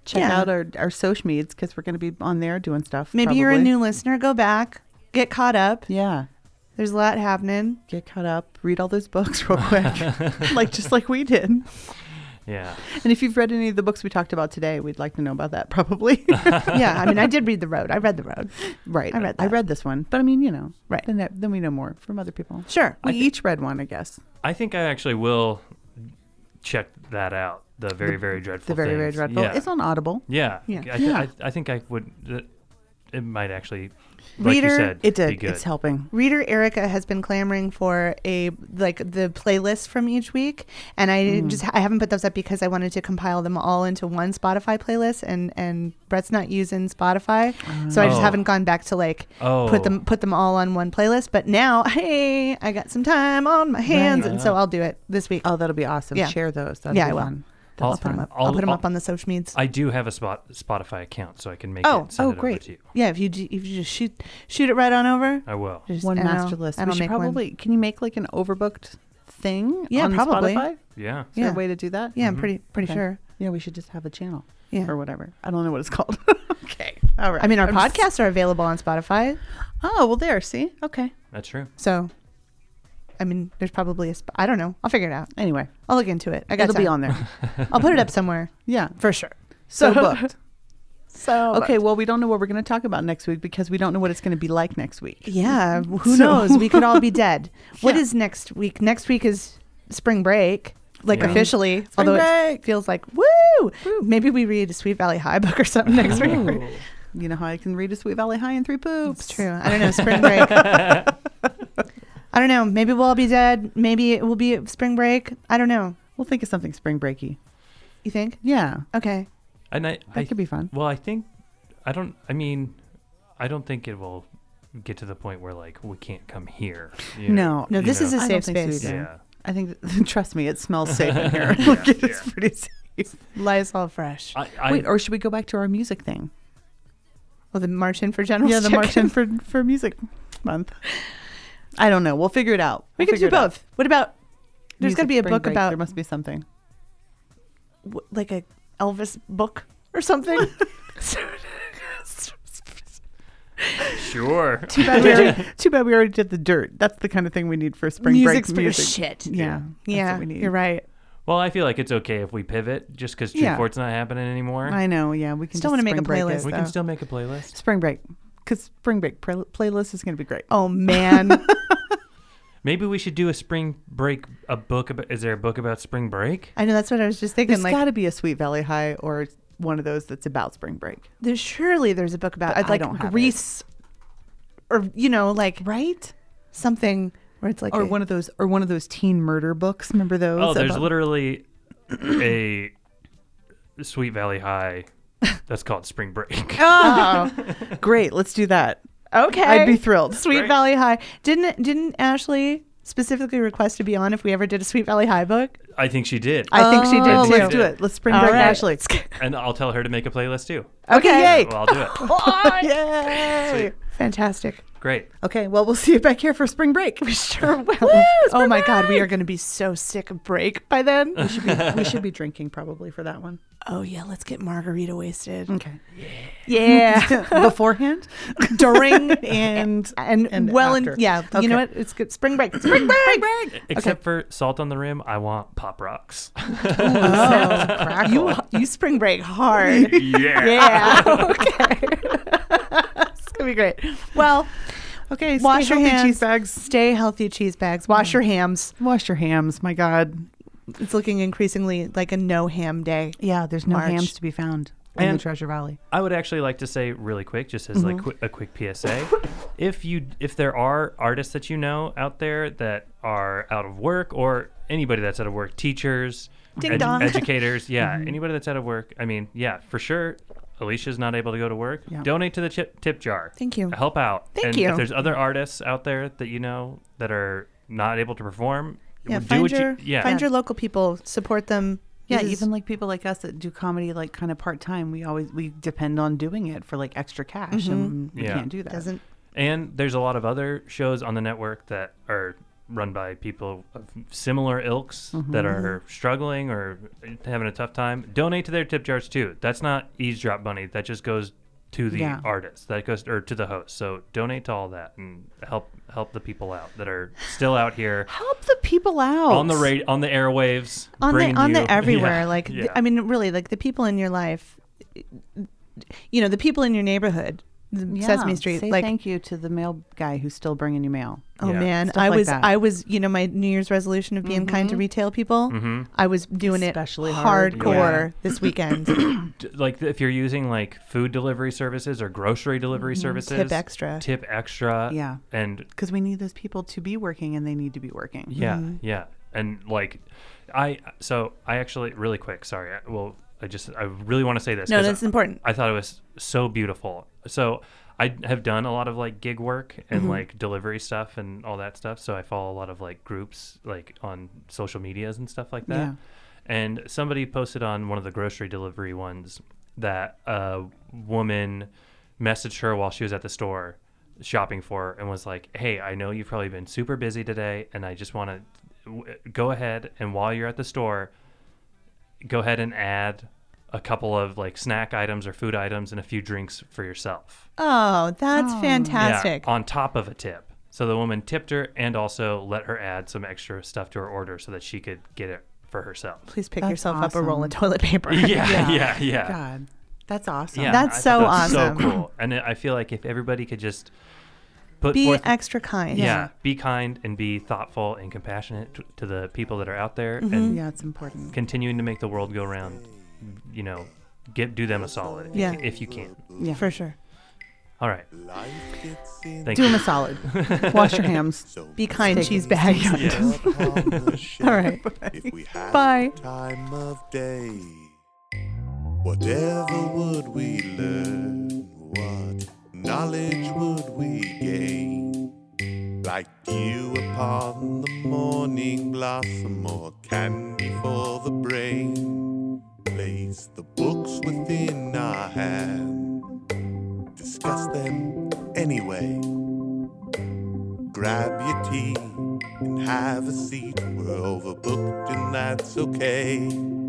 Check Yeah. out our our social medias because we're going to be on there doing stuff. Maybe you're a probably. new listener. Go back, get caught up. Yeah, There's a lot happening. get caught up. Read all those books real quick, like just like we did. Yeah. And if you've read any of the books we talked about today, we'd like to know about that probably. yeah, I mean, I did read the road. I read the road. right. I read I that. read this one, but I mean, you know, Right. Then that, then we know more from other people. Sure. We each read one, I guess. I think I actually will check that out. The very, very dreadful. The very very Things. dreadful. Yeah. It's on Audible. yeah. Yeah. I, th- I, I think I would. th- It might actually. Like Reader, you said, It Be did. good. It's helping. Reader Erica has been clamoring for a like the playlist from each week, and I Mm. just I haven't put those up because I wanted to compile them all into one Spotify playlist, and and Brett's not using Spotify, so I just Oh. haven't gone back to like Oh. put them put them all on one playlist. But now, hey, I got some time on my hands, and so I'll do it this week. Oh, that'll be awesome. Yeah. Share those. That'll Yeah, be I will. fun. I'll That's put 'em fun. I'll, put them up on the social medias. I do have a spot Spotify account, so I can make Oh, it. Send oh, it over great. to you. Yeah, if you ju- if you just shoot shoot it right on over. I will. Just, One and I'll- master list. and We I'll should make one. probably. Can you make like an overbooked thing? Yeah, on probably. Spotify? Is Yeah. there Yeah. a way to do that? Yeah, Mm-hmm. I'm pretty pretty Okay. sure. Yeah, we should just have a channel Yeah. or whatever. I don't know what it's called. okay. All right. I mean, our I'm just- podcasts are available on Spotify, Oh, well, there. See? Okay. That's true. so I mean, there's probably a. Sp- I don't know. I'll figure it out. Anyway, I'll look into it. I got it'll be time. on there. I'll put it up somewhere yeah. for sure. So booked. So Okay. Well, we don't know what we're going to talk about next week because we don't know what it's going to be like next week. Yeah, who So- knows? We could all be dead. What is next week? Next week is spring break, like Yeah. officially. although it break. feels like woo! Maybe we read a Sweet Valley High book or something next week. You know how I can read a Sweet Valley High in three poops. It's true. I don't know. Spring break. I don't know. Maybe we'll all be dead. Maybe it will be spring break. I don't know. We'll think of something spring breaky. You think? Yeah. Okay. And I, That I could be fun. Well, I think I don't. I mean, I don't think it will get to the point where like we can't come here. you know, No, No. you this know. is a I don't safe think so space. either. yeah. I think, trust me, it smells safe in here. Like, it is pretty safe. Lysol fresh. I, I, Wait, or should we go back to our music thing? Well, the March in for General. yeah, the March in for, for Music Month. I don't know. We'll figure it out. We We'll could do figure it out. both. What about? There's Music got to be a spring book break. about There must be something. w- like a Elvis book or something. sure. Too bad, we already, too bad we already did the dirt. That's the kind of thing we need for spring Music, break. for shit. Yeah. that's Yeah, what we need. you're right. Well, I feel like it's okay if we pivot just because True Yeah. Fort's not happening anymore. I know. Yeah, we can Still just wanna make a spring break it. playlist. we though. can still make a playlist. Spring break, because spring break pre- playlist is going to be great. Oh man, Maybe we should do a spring break. A book about is there a book about spring break? I know that's what I was just thinking. There's like, got to be a Sweet Valley High or one of those that's about spring break, there's surely there's a book about But I like don't have it. Greece, or you know, like right? something where it's like Or a- one of those, or one of those teen murder books. Remember those? Oh, there's about- literally a Sweet Valley High that's called Spring Break. Oh, great. Let's do that. okay. I'd be thrilled. Sweet Valley High. Didn't didn't Ashley specifically request to be on if we ever did a Sweet Valley High book? I think she did, I think she Oh, did too. let's do it. Let's spring All break, right. Ashley. and I'll tell her to make a playlist too. Okay. Well, I'll do it. Yay! Fantastic. Great. Okay, well, we'll see you back here for spring break. We sure will. oh my God, we are going to be so sick of break by then. we should be drinking probably for that one. oh yeah, let's get margarita wasted. Okay. Yeah, Beforehand during and and, And well and after. yeah, you know Okay. what? It's good. Spring break. Spring break. Except for Salt on the Rim, I want Pop Rocks. Oh, you you spring break hard. yeah. Yeah. Okay. it's gonna be great. Well, okay. stay wash your healthy, hands. Cheese bags. Stay healthy, cheese bags. Wash your hams. Wash your hams. My God. It's looking increasingly like a no ham day. Yeah, there's no March. hams to be found. in the And- Treasure Valley. I would actually like to say really quick, just as Mm-hmm. like qui- a quick PSA, if you if there are artists that you know out there that are out of work or anybody that's out of work, teachers, Ding dong. Mm-hmm. educators, yeah, anybody that's out of work. I mean, yeah, for sure. Alicia's not able to go to work. Yeah. Donate to the chip, tip jar. Thank you. Help out. Thank and you. If there's other artists out there that you know that are not able to perform, Yeah, do find what your you yeah. find your local people, support them. Yeah, This is- even like people like us that do comedy like kind of part time, we always we depend on doing it for like extra cash, and we Yeah. can't do that. doesn't And there's a lot of other shows on the network that are run by people of similar ilks Mm-hmm. that are struggling or having a tough time. Donate to their tip jars too. That's not eavesdrop money. That just goes to the Yeah. artist. That goes or to the host. So donate to all that and help help the people out that are still out here help the people out on the ra- on the airwaves. on the bringing on you- the everywhere. Yeah, like th- yeah. I mean, really, like the people in your life, you know, the people in your neighborhood, the Yeah, Sesame Street. Say like thank you to the mail guy who's still bringing you mail. Oh Yeah. man, Stuff I like was that. Mm-hmm. I was you know my New Year's resolution of being kind to retail people. Mm-hmm. I was doing Especially it hard. hardcore this weekend. D- like if you're using like food delivery services or grocery delivery services, Mm-hmm. Tip extra. Tip extra. Yeah. And Because we need those people to be working and they need to be working. Yeah, Mm-hmm. yeah, and like, I so I actually really quick. Sorry, I, well, I just I really want to say this. No, 'cause that's I- important. I thought it was so beautiful. So I have done a lot of like gig work and Mm-hmm. like delivery stuff and all that stuff. So I follow a lot of like groups like on social medias and stuff like that. Yeah. And somebody posted on one of the grocery delivery ones that a woman messaged her while she was at the store shopping for her and was like, "Hey, I know you've probably been super busy today and I just want to w- go ahead and while you're at the store, go ahead and add a couple of like snack items or food items and a few drinks for yourself. oh, that's fantastic. Yeah, on top of a tip. So the woman tipped her and also let her add some extra stuff to her order so that she could get it for herself. Please pick That's yourself up a roll of toilet paper. Yeah, yeah, yeah. God, that's awesome. Yeah, That's I so thought that was awesome. So cool. And I feel like if everybody could just put Be forth extra kind. yeah, be kind and be thoughtful and compassionate t- to the people that are out there and Yeah, it's important. continuing to make the world go round, you know, get do them a solid if you Yeah. ca- if you can. for sure. All right. Life gets in Thank Do you. them a solid. Wash your hands. so Be kind, many cheese bag. Yeah. up on the shelf. All right. If we had Bye. the time of day, whatever would we learn? What knowledge would we gain? Like you upon the morning blossom or candy for the brain. Place the books within our hand. Discuss them anyway. Grab your tea and have a seat. We're overbooked and that's okay.